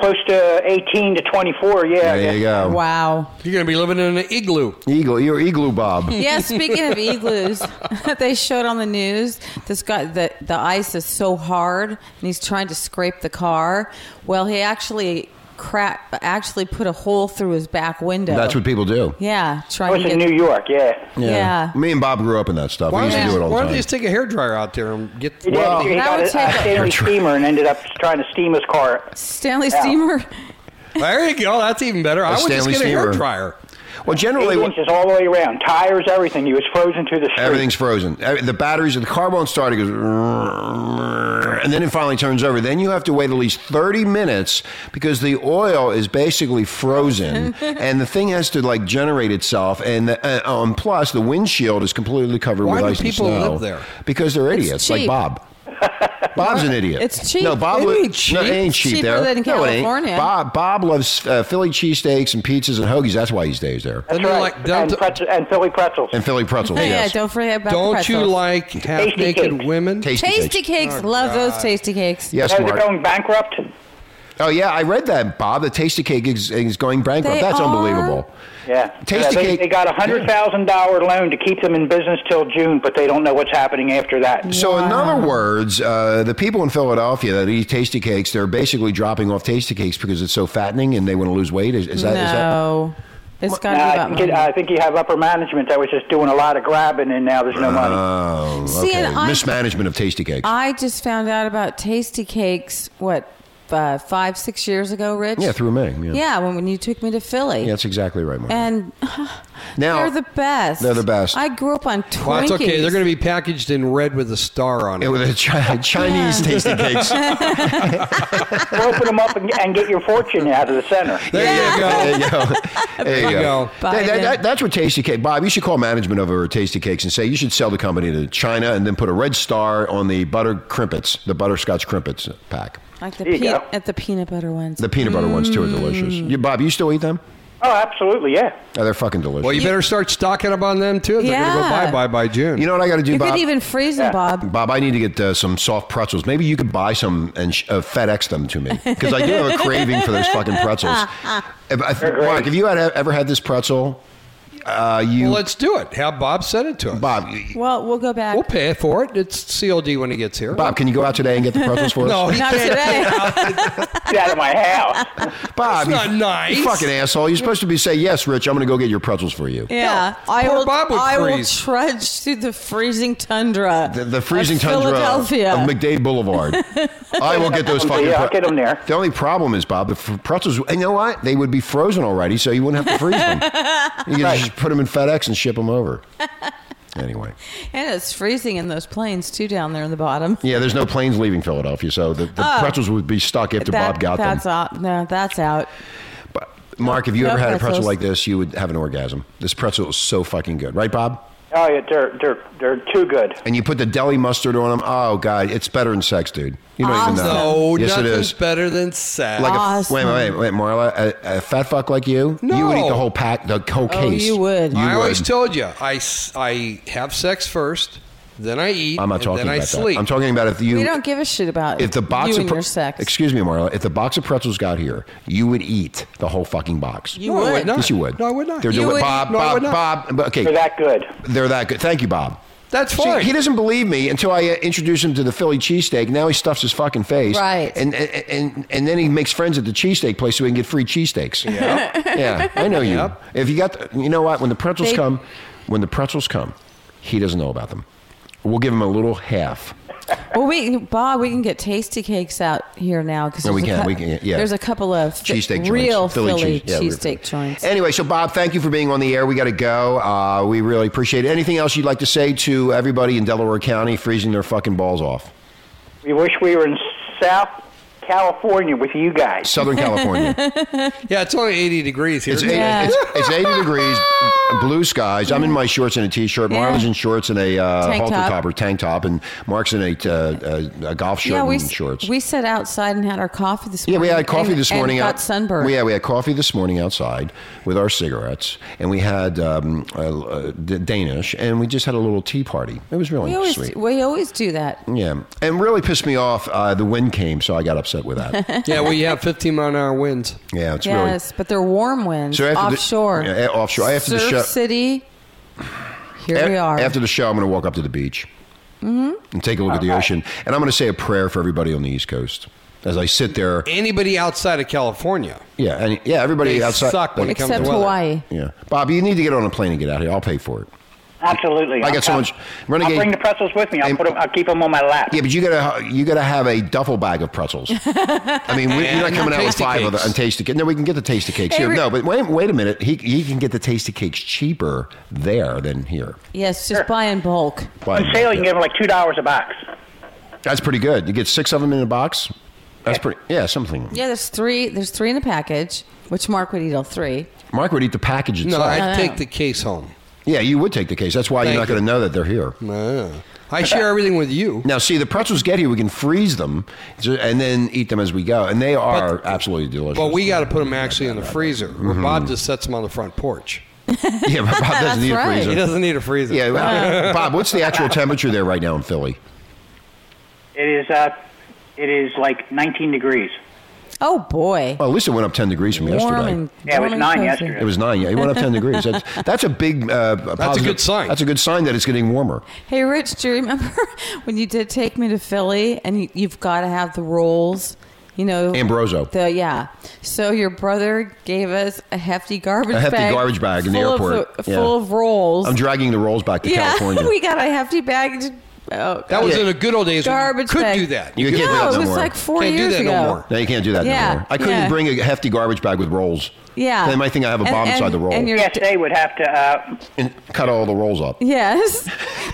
Speaker 11: Close to eighteen to twenty-four. Yeah. I
Speaker 6: There
Speaker 11: guess.
Speaker 6: you go.
Speaker 7: Wow.
Speaker 8: You're gonna be living in an igloo.
Speaker 6: Eagle, you're igloo, Bob.
Speaker 7: Yeah, speaking of igloos, they showed on the news this guy the the ice is so hard and he's trying to scrape the car. Well, he actually crap actually put a hole through his back window.
Speaker 6: That's what people do.
Speaker 7: Yeah,
Speaker 11: I
Speaker 7: trying
Speaker 11: was
Speaker 7: to
Speaker 11: in
Speaker 7: get
Speaker 11: New York. Yeah.
Speaker 7: Yeah.
Speaker 6: Me and Bob grew up in that stuff.
Speaker 8: Why
Speaker 6: we used to
Speaker 8: don't,
Speaker 6: do it
Speaker 8: you-
Speaker 6: all
Speaker 8: why
Speaker 6: the
Speaker 8: don't
Speaker 6: time.
Speaker 8: you just take a hairdryer out there and get?
Speaker 11: He did. he
Speaker 7: That
Speaker 11: got
Speaker 7: would
Speaker 11: a,
Speaker 7: take
Speaker 11: a
Speaker 7: a-
Speaker 11: Stanley steamer and ended up trying to steam his car.
Speaker 7: Stanley Steamer.
Speaker 8: There you go. That's even better. I
Speaker 6: A
Speaker 8: would
Speaker 6: Stanley
Speaker 8: just get a
Speaker 6: steamer.
Speaker 8: hairdryer.
Speaker 6: well,
Speaker 11: Eight
Speaker 6: generally, what-
Speaker 11: inches all the way around. Tires, everything. He was frozen to the street.
Speaker 6: everything's frozen. Every- The batteries of the car won't start. It goes, and then it finally turns over. Then you have to wait at least 30 minutes because the oil is basically frozen, and the thing has to like generate itself. And the, uh, oh, and plus, the windshield is completely covered
Speaker 8: Why
Speaker 6: with
Speaker 8: do
Speaker 6: ice
Speaker 8: people
Speaker 6: and snow.
Speaker 8: live there?
Speaker 6: Because they're
Speaker 7: It's
Speaker 6: idiots, like
Speaker 7: cheap.
Speaker 6: Bob. Bob's an idiot.
Speaker 7: It's cheap.
Speaker 6: No, Bob
Speaker 7: It
Speaker 6: li-
Speaker 7: ain't
Speaker 6: No, it
Speaker 7: cheap.
Speaker 6: ain't cheap
Speaker 7: Cheaper
Speaker 6: there.
Speaker 7: than
Speaker 6: no, it ain't.
Speaker 7: California.
Speaker 6: Bob Bob loves uh, Philly cheesesteaks and pizzas and hoagies. That's why he stays there.
Speaker 11: That's
Speaker 8: Doesn't it
Speaker 11: right.
Speaker 8: like-
Speaker 11: and,
Speaker 8: don't-
Speaker 11: pretzel, and Philly pretzels.
Speaker 6: And Philly pretzels.
Speaker 7: Yeah,
Speaker 6: yes.
Speaker 7: don't forget about the
Speaker 8: Don't you
Speaker 7: pretzels.
Speaker 8: like half
Speaker 11: Tasty
Speaker 8: naked
Speaker 11: cakes.
Speaker 8: women?
Speaker 6: Tasty
Speaker 7: tasty
Speaker 6: cakes.
Speaker 11: Oh,
Speaker 7: cakes? love those tasty cakes.
Speaker 6: Yes,
Speaker 11: Now, they're
Speaker 6: Mark.
Speaker 11: going bankrupt.
Speaker 6: Oh yeah, I read that, Bob. The Tasty Cake is, is going bankrupt.
Speaker 11: They
Speaker 6: That's
Speaker 11: are?
Speaker 6: unbelievable.
Speaker 11: Yeah.
Speaker 6: Tasty
Speaker 11: yeah, they,
Speaker 6: cake-
Speaker 11: they got a hundred thousand dollar loan to keep them in business till June, but they don't know what's happening after that.
Speaker 6: So, in other words, uh, the people in Philadelphia that eat Tasty Cakes, they're basically dropping off Tasty Cakes because it's so fattening and they want to lose weight. Is, is that? Is that
Speaker 7: no, it's got
Speaker 11: Nah, I,
Speaker 7: to be
Speaker 11: think
Speaker 7: about
Speaker 11: it- I think you have upper management that was just doing a lot of grabbing, and now there's no money.
Speaker 6: Oh,
Speaker 7: See,
Speaker 6: okay.
Speaker 7: and I-
Speaker 6: Mismanagement of Tasty Cakes.
Speaker 7: I just found out about Tasty Cakes, what, uh, five, six years ago, Rich?
Speaker 6: yeah, through Ming. Yeah.
Speaker 7: Yeah, when, when you took me to Philly.
Speaker 6: Yeah, that's exactly right, Mark.
Speaker 7: And
Speaker 6: Now-
Speaker 7: they're the best.
Speaker 6: They're the best.
Speaker 7: I grew up on Twinkies.
Speaker 8: Well, it's okay. They're going to be packaged in red with a star on it.
Speaker 6: with a Chinese
Speaker 7: Yeah.
Speaker 6: Tasty Cakes.
Speaker 11: Open them up and, and get your fortune out of the center.
Speaker 6: There you go. There you go. There you
Speaker 8: you
Speaker 6: go.
Speaker 8: go.
Speaker 6: That- that-
Speaker 7: Biden.
Speaker 6: that- that's what Tasty Cake. Bob, you should call management over Tasty Cakes and say you should sell the company to China and then put a red star on the butter crimpets, the butterscotch crimpets pack.
Speaker 7: Like the
Speaker 11: There you
Speaker 7: pe-
Speaker 11: go.
Speaker 7: at the peanut butter ones.
Speaker 6: The peanut butter ones too are delicious. You, Bob, you still eat them?
Speaker 11: Oh, absolutely, yeah.
Speaker 6: Oh, they're fucking delicious.
Speaker 8: Well, you better start stocking up on them too. They're going to
Speaker 7: Yeah.
Speaker 8: go bye bye by June.
Speaker 6: you know what I got to do,
Speaker 7: you
Speaker 6: Bob?
Speaker 7: could even freeze them,
Speaker 11: Yeah.
Speaker 7: Bob.
Speaker 6: Bob, I need to get uh, some soft pretzels. Maybe you could buy some and sh- uh, FedEx them to me because I do have a craving for those fucking pretzels. If, I,
Speaker 11: They're great.
Speaker 6: Mark, have you had, ever had this pretzel? Uh, you,
Speaker 8: Well, let's do it. Have Bob send it to us.
Speaker 6: Bob, you-
Speaker 7: Well, we'll go back.
Speaker 8: We'll pay for it. It's COD when he gets here.
Speaker 6: Bob, can you go out today and get the pretzels for us?
Speaker 8: No, he
Speaker 7: Not
Speaker 8: can't.
Speaker 7: today.
Speaker 11: Get out of my house.
Speaker 6: Bob,
Speaker 8: That's not
Speaker 6: you,
Speaker 8: nice.
Speaker 6: you fucking asshole. You're supposed to be say yes, Rich. I'm going to go get your pretzels for you.
Speaker 7: Yeah, I
Speaker 8: Poor
Speaker 7: will.
Speaker 8: Bob would
Speaker 7: I
Speaker 8: freeze.
Speaker 7: will trudge through the freezing tundra.
Speaker 6: The, the freezing
Speaker 7: of
Speaker 6: tundra
Speaker 7: Philadelphia.
Speaker 6: of McDade Boulevard. I will get those fucking.
Speaker 11: Yeah, I'll get 'em there.
Speaker 6: The only problem is, Bob, the f- pretzels. You know what? They would be frozen already, so you wouldn't have to freeze them. You could just put them in FedEx and ship them over. Anyway,
Speaker 7: and it's freezing in those planes too down there in the bottom.
Speaker 6: yeah, there's no planes leaving Philadelphia, so the, the pretzels would be stuck after
Speaker 7: Oh. That-
Speaker 6: Bob got
Speaker 7: that's
Speaker 6: them.
Speaker 7: out. No, that's out.
Speaker 6: But, Mark, if you
Speaker 7: No
Speaker 6: ever had a pretzel
Speaker 7: pretzels.
Speaker 6: like this, you would have an orgasm. This pretzel is so fucking good, right, Bob?
Speaker 11: Oh, yeah, they're, they're, they're too good.
Speaker 6: and you put the deli mustard on them. Oh god, it's better than sex, dude. You don't even know.
Speaker 8: No,
Speaker 6: yes, it
Speaker 8: nothing's
Speaker 6: is.
Speaker 8: better than sex.
Speaker 6: Like a,
Speaker 7: Awesome.
Speaker 6: wait, wait, wait, wait, Marla, a, a fat fuck like you, you would eat
Speaker 8: No.
Speaker 6: the whole pack, the whole
Speaker 7: Oh,
Speaker 6: case.
Speaker 7: you would.
Speaker 6: You
Speaker 8: I always
Speaker 6: would.
Speaker 8: told you, I, s- I have sex first, then I eat,
Speaker 6: I'm not talking
Speaker 8: and then
Speaker 6: about
Speaker 8: I sleep.
Speaker 6: that. I'm talking about if you.
Speaker 7: We don't give a shit about
Speaker 6: if the box
Speaker 7: you
Speaker 6: of
Speaker 7: and
Speaker 6: pre-
Speaker 7: your sex.
Speaker 6: excuse me, Marla, if the box of pretzels got here, you would eat the whole fucking box.
Speaker 7: You
Speaker 8: No, I
Speaker 7: would.
Speaker 8: would not.
Speaker 6: Yes, you would.
Speaker 8: No, I would not.
Speaker 6: They're
Speaker 7: You
Speaker 6: deli-
Speaker 7: would-
Speaker 6: Bob,
Speaker 8: No, I
Speaker 6: Bob,
Speaker 8: would not.
Speaker 6: Bob. Okay,
Speaker 11: They're that good.
Speaker 6: They're that good. Thank you, Bob.
Speaker 8: That's
Speaker 6: See,
Speaker 8: fine.
Speaker 6: he doesn't believe me until I uh, introduce him to the Philly cheesesteak. Now he stuffs his fucking face.
Speaker 7: Right.
Speaker 6: And and, and and then he makes friends at the cheesesteak place so he can get free cheesesteaks. Yeah. yeah. I know you.
Speaker 8: Yep.
Speaker 6: If you got, the, you know what? When the pretzels
Speaker 7: They-
Speaker 6: come, when the pretzels come, he doesn't know about them. We'll give him a little half.
Speaker 7: Well, we Bob, we can get tasty cakes out here now because
Speaker 6: No, we can, we can, yeah.
Speaker 7: There's a couple of fi-
Speaker 6: cheesesteak joints.
Speaker 7: real
Speaker 6: Philly
Speaker 7: Philly,
Speaker 6: cheese- yeah, real
Speaker 7: cheesesteak joints.
Speaker 6: Anyway, so Bob, thank you for being on the air. We got to go. Uh, we really appreciate it. Anything else you'd like to say to everybody in Delaware County freezing their fucking balls off?
Speaker 11: We wish we were in South California with you guys.
Speaker 6: Southern California.
Speaker 8: yeah, it's only 80 degrees here.
Speaker 6: It's,
Speaker 8: today.
Speaker 7: Yeah.
Speaker 6: it's, it's 80 degrees, blue skies. I'm in my shorts and a t-shirt. Marla's in shorts and a uh,
Speaker 7: Tank
Speaker 6: halter
Speaker 7: top.
Speaker 6: topper tank top, and Mark's in a, uh, a, a golf shirt
Speaker 7: yeah, we
Speaker 6: and
Speaker 7: s-
Speaker 6: shorts.
Speaker 7: we sat outside and had our coffee this
Speaker 6: yeah,
Speaker 7: morning.
Speaker 6: we had coffee
Speaker 7: and-
Speaker 6: this morning.
Speaker 7: And
Speaker 6: out-
Speaker 7: got sunburned.
Speaker 6: Well, yeah, we had coffee this morning outside with our cigarettes, and we had um, uh, uh, D- Danish, and we just had a little tea party. It was really
Speaker 7: We always
Speaker 6: sweet.
Speaker 7: we always do that.
Speaker 6: yeah, and really pissed me off. Uh, the wind came, so I got upset with that.
Speaker 8: yeah, we have 15 mile an hour winds.
Speaker 6: yeah, it's really
Speaker 7: yes, but they're warm winds
Speaker 6: So after the-
Speaker 7: offshore.
Speaker 6: Yeah, a- offshore. After the
Speaker 7: Surf
Speaker 6: show-
Speaker 7: City. Here
Speaker 6: A-
Speaker 7: we are. Mm-hmm.
Speaker 6: After the show, I'm going to walk up to the beach and take a look at the ocean. And I'm going to say a prayer for everybody on the East Coast as I sit there.
Speaker 8: Anybody outside of California,
Speaker 6: Yeah, and yeah, everybody
Speaker 8: They
Speaker 6: outside.
Speaker 8: suck when it comes
Speaker 7: Except
Speaker 8: to weather.
Speaker 7: Hawaii.
Speaker 6: Yeah, Bob, you need to get on a plane and get out here. I'll pay for it.
Speaker 11: Absolutely.
Speaker 6: I got so
Speaker 11: I'll-
Speaker 6: much- Renegade-
Speaker 11: I'll bring the pretzels with me. I'll,
Speaker 6: And-
Speaker 11: put 'em- I'll keep them on my lap.
Speaker 6: Yeah, but you gotta you gotta have a duffel bag of pretzels. I mean, we, you're not
Speaker 8: And
Speaker 6: coming out with
Speaker 8: tasty
Speaker 6: five of the
Speaker 8: cakes.
Speaker 6: and tasty cakes. No, we can get the tasty cakes
Speaker 7: Hey,
Speaker 6: here.
Speaker 7: Ri-
Speaker 6: No, but wait, wait a minute. He he can get the tasty cakes cheaper there than here.
Speaker 7: yes, just buy in bulk.
Speaker 6: Why-
Speaker 11: On sale, you can get them like $2 a box.
Speaker 6: That's pretty good. You get six of them in a box. That's pretty. Yeah, something.
Speaker 7: Yeah, there's three. There's three in a package, which Mark would eat all three.
Speaker 6: Mark would eat the package
Speaker 8: No,
Speaker 6: itself.
Speaker 8: I'd
Speaker 7: no.
Speaker 8: take the case home.
Speaker 6: Yeah, you would take the case. That's why you're
Speaker 8: Thank
Speaker 6: not going to know that they're here.
Speaker 8: No. I share everything with you.
Speaker 6: Now, see, the pretzels get here. We can freeze them ju- and then eat them as we go, and they are absolutely delicious.
Speaker 8: But we got to put them actually in the freezer. Where Bob just sets them on the front porch.
Speaker 6: yeah, but Bob doesn't need
Speaker 7: right.
Speaker 6: a
Speaker 8: He
Speaker 6: freezer.
Speaker 8: doesn't need a freezer.
Speaker 6: Yeah, well, Bob, what's the actual temperature there right now in Philly?
Speaker 11: It is, uh, it is like 19 degrees.
Speaker 7: Oh boy.
Speaker 6: Well, at least it went up 10 degrees from
Speaker 7: Warm
Speaker 6: yesterday.
Speaker 7: and- Yeah, it was warm and nine cozy. yesterday.
Speaker 6: It was nine. Yeah, it went up 10 degrees. That's, that's a big. Uh, that's
Speaker 8: a good sign.
Speaker 6: That's a good sign that it's getting warmer.
Speaker 7: Hey, Rich, do you remember when you did take me to Philly and you, you've got to have the rolls? You know,
Speaker 6: Ambroso.
Speaker 7: The, yeah. So your brother gave us a hefty garbage
Speaker 6: A hefty
Speaker 7: bag.
Speaker 6: garbage bag in the
Speaker 7: full of
Speaker 6: airport.
Speaker 7: the-
Speaker 6: Yeah.
Speaker 7: Full of rolls.
Speaker 6: I'm dragging the rolls back to
Speaker 7: yeah,
Speaker 6: California.
Speaker 7: we got a hefty bag. to- oh,
Speaker 8: That was
Speaker 7: God.
Speaker 8: in the good old days when you
Speaker 7: Garbage
Speaker 8: could
Speaker 7: bag.
Speaker 8: do that.
Speaker 6: You
Speaker 7: no,
Speaker 6: can't do that
Speaker 7: it
Speaker 6: no
Speaker 7: was
Speaker 6: more.
Speaker 7: like 4
Speaker 8: Can't do
Speaker 7: years
Speaker 8: that no
Speaker 7: ago.
Speaker 8: more.
Speaker 6: No, you can't do that
Speaker 7: Yeah,
Speaker 6: anymore. I couldn't
Speaker 7: yeah.
Speaker 6: bring a hefty garbage bag with rolls.
Speaker 7: Yeah.
Speaker 6: They might think I have a
Speaker 7: And-
Speaker 6: bomb inside
Speaker 7: and-
Speaker 6: the roll.
Speaker 7: and your-
Speaker 11: Yes, they would have to. Uh,
Speaker 6: and cut all the rolls up.
Speaker 7: Yes,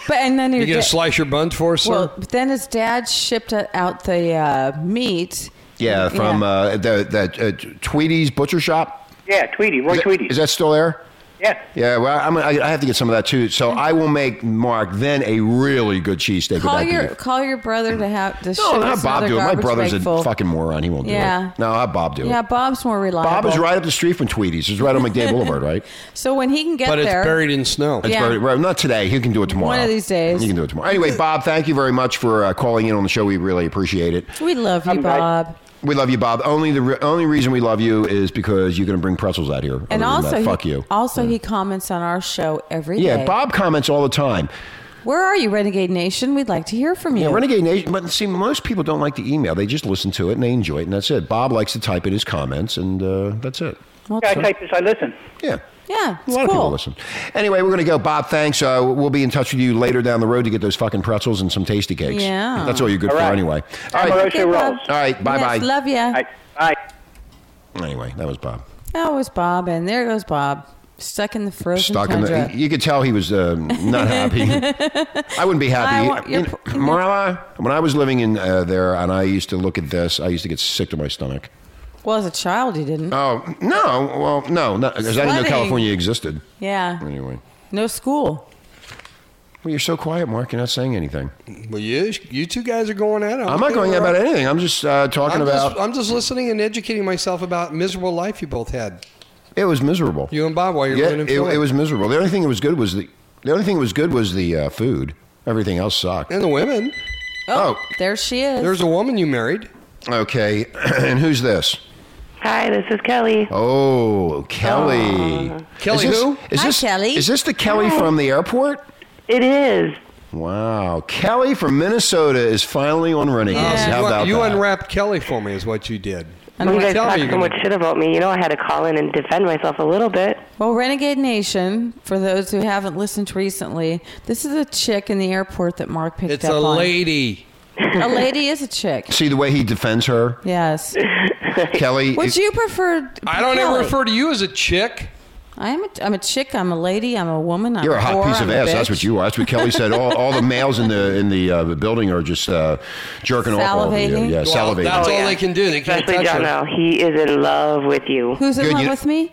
Speaker 7: but and then
Speaker 8: You
Speaker 7: your
Speaker 8: gonna
Speaker 7: da-
Speaker 8: slice your buns for us, sir?
Speaker 7: well, but then his dad shipped out the uh, meat.
Speaker 6: Yeah, from Uh, the, that uh, Tweety's Butcher Shop.
Speaker 11: yeah, Tweety, Roy
Speaker 6: Is that-
Speaker 11: Tweety.
Speaker 6: Is that still there?
Speaker 11: yeah.
Speaker 6: Yeah, well, I'm, I, I have to get some of that too. So I will make Mark then a really good cheesesteak
Speaker 7: call
Speaker 6: with that
Speaker 7: your
Speaker 6: beef.
Speaker 7: call your brother to have to
Speaker 6: No,
Speaker 7: ship
Speaker 6: not
Speaker 7: us
Speaker 6: Bob
Speaker 7: another
Speaker 6: do it. My
Speaker 7: garbage
Speaker 6: brother's
Speaker 7: bag
Speaker 6: a
Speaker 7: full.
Speaker 6: fucking moron. He won't do
Speaker 7: Yeah.
Speaker 6: it. No, I'll have Bob do
Speaker 7: Yeah,
Speaker 6: it.
Speaker 7: Bob's more reliable.
Speaker 6: Bob is right up the street from Tweety's. It's right on McDade Boulevard, right?
Speaker 7: So when he can get
Speaker 8: but it's
Speaker 7: there,
Speaker 8: buried in snow.
Speaker 6: It's
Speaker 7: Yeah.
Speaker 6: very- well, not today. He can do it tomorrow.
Speaker 7: One of these days.
Speaker 6: He can do it tomorrow. Anyway, Bob, thank you very much for uh, calling in on the show. We really appreciate it.
Speaker 7: we love you,
Speaker 11: right.
Speaker 7: Bob.
Speaker 6: We love you, Bob. Only the re- only reason we love you is because you're going to bring pretzels out here.
Speaker 7: And
Speaker 6: Other than
Speaker 7: also,
Speaker 6: that,
Speaker 7: he,
Speaker 6: fuck you.
Speaker 7: Also, he comments on our show every day.
Speaker 6: yeah, Bob comments all the time.
Speaker 7: Where are you, Renegade Nation? We'd like to hear from you.
Speaker 6: Yeah, Renegade Nation. But see, most people don't like the email. They just listen to it and they enjoy it, and that's it. Bob likes to type in his comments, and uh, that's it.
Speaker 7: Well,
Speaker 11: I
Speaker 7: it's-
Speaker 11: type this. I listen.
Speaker 6: Yeah.
Speaker 7: yeah,
Speaker 6: A
Speaker 7: it's
Speaker 6: lot of people
Speaker 7: cool.
Speaker 6: listen. Anyway, we're going to go. Bob, thanks. Uh, we'll be in touch with you later down the road to get those fucking pretzels and some tasty cakes.
Speaker 7: Yeah.
Speaker 6: That's all you're good
Speaker 11: All
Speaker 6: for
Speaker 11: right.
Speaker 6: anyway. All
Speaker 11: I'm
Speaker 6: right.
Speaker 11: Rosie Rolls.
Speaker 7: Bob.
Speaker 6: All right, bye-bye.
Speaker 7: Yes, love ya.
Speaker 11: All right. Bye.
Speaker 6: Anyway, that was Bob.
Speaker 7: That was Bob, and there goes Bob, stuck in the frozen
Speaker 6: Stuck in
Speaker 7: tundra.
Speaker 6: the. You could tell he was um, not happy. I wouldn't be
Speaker 7: I
Speaker 6: happy.
Speaker 7: want your-
Speaker 6: You know, Marla, when I was living in uh, there and I used to look at this, I used to get sick to my stomach.
Speaker 7: well, as a child, you didn't.
Speaker 6: Oh, no. Well, no. Because I didn't know
Speaker 7: Sledding.
Speaker 6: California existed.
Speaker 7: yeah.
Speaker 6: Anyway.
Speaker 7: No school.
Speaker 6: Well, you're so quiet, Mark. You're not saying anything.
Speaker 8: Well, you, you two guys are going at it.
Speaker 6: I'm not going
Speaker 8: at
Speaker 6: about anything. I'm just uh, talking
Speaker 8: I'm
Speaker 6: about.
Speaker 8: Just, I'm just listening and educating myself about miserable life you both had.
Speaker 6: it was miserable.
Speaker 8: You and Bob while you're
Speaker 6: Yeah,
Speaker 8: living in
Speaker 6: it,
Speaker 8: Philly.
Speaker 6: it was miserable. The only thing that was good was the the only thing that was good was the uh, food. Everything else sucked.
Speaker 8: and the women.
Speaker 7: Oh,
Speaker 6: Oh.
Speaker 7: there she is.
Speaker 8: There's a woman you married.
Speaker 6: Okay, and who's this?
Speaker 12: Hi, this is Kelly.
Speaker 6: Oh, Kelly.
Speaker 8: Kelly
Speaker 6: is this,
Speaker 8: who?
Speaker 6: Is
Speaker 7: Hi,
Speaker 6: this
Speaker 7: Kelly.
Speaker 6: Is this the Kelly from the airport?
Speaker 12: It is.
Speaker 6: Wow, Kelly from Minnesota is finally on Renegades.
Speaker 7: Yeah.
Speaker 6: How
Speaker 8: you,
Speaker 6: about
Speaker 8: you
Speaker 6: that?
Speaker 8: unwrapped Kelly for me is what you did.
Speaker 7: And
Speaker 12: you
Speaker 7: what-
Speaker 12: guys
Speaker 8: tell me
Speaker 12: talk
Speaker 8: you're
Speaker 12: so
Speaker 8: gonna-
Speaker 12: much shit about me. You know, I had to call in and defend myself a little bit.
Speaker 7: Well, Renegade Nation, for those who haven't listened recently, this is a chick in the airport that Mark picked
Speaker 8: It's
Speaker 7: up
Speaker 8: a
Speaker 7: on.
Speaker 8: lady.
Speaker 7: A lady is a chick.
Speaker 6: See the way he defends her,
Speaker 7: Yes.
Speaker 6: Kelly.
Speaker 7: Would you prefer?
Speaker 8: I don't
Speaker 7: Kelly?
Speaker 8: ever refer to you as a chick.
Speaker 7: I'm a, I'm a chick. I'm a lady. I'm a woman. I'm
Speaker 6: You're a hot
Speaker 7: whore,
Speaker 6: piece of
Speaker 7: I'm a
Speaker 6: ass. That's
Speaker 7: bitch.
Speaker 6: what you are. That's what Kelly said. All, all the males in the in the uh, building are just uh, jerking off all over you.
Speaker 7: Salivating?
Speaker 6: Yeah,
Speaker 8: Well,
Speaker 6: salivating.
Speaker 8: That's
Speaker 12: Oh,
Speaker 8: all
Speaker 12: yeah.
Speaker 8: they can do. They can't
Speaker 12: Especially
Speaker 8: touch
Speaker 12: John L.
Speaker 8: her.
Speaker 12: He is in love with you.
Speaker 7: Who's in
Speaker 6: Good,
Speaker 7: love
Speaker 6: you-
Speaker 7: with me?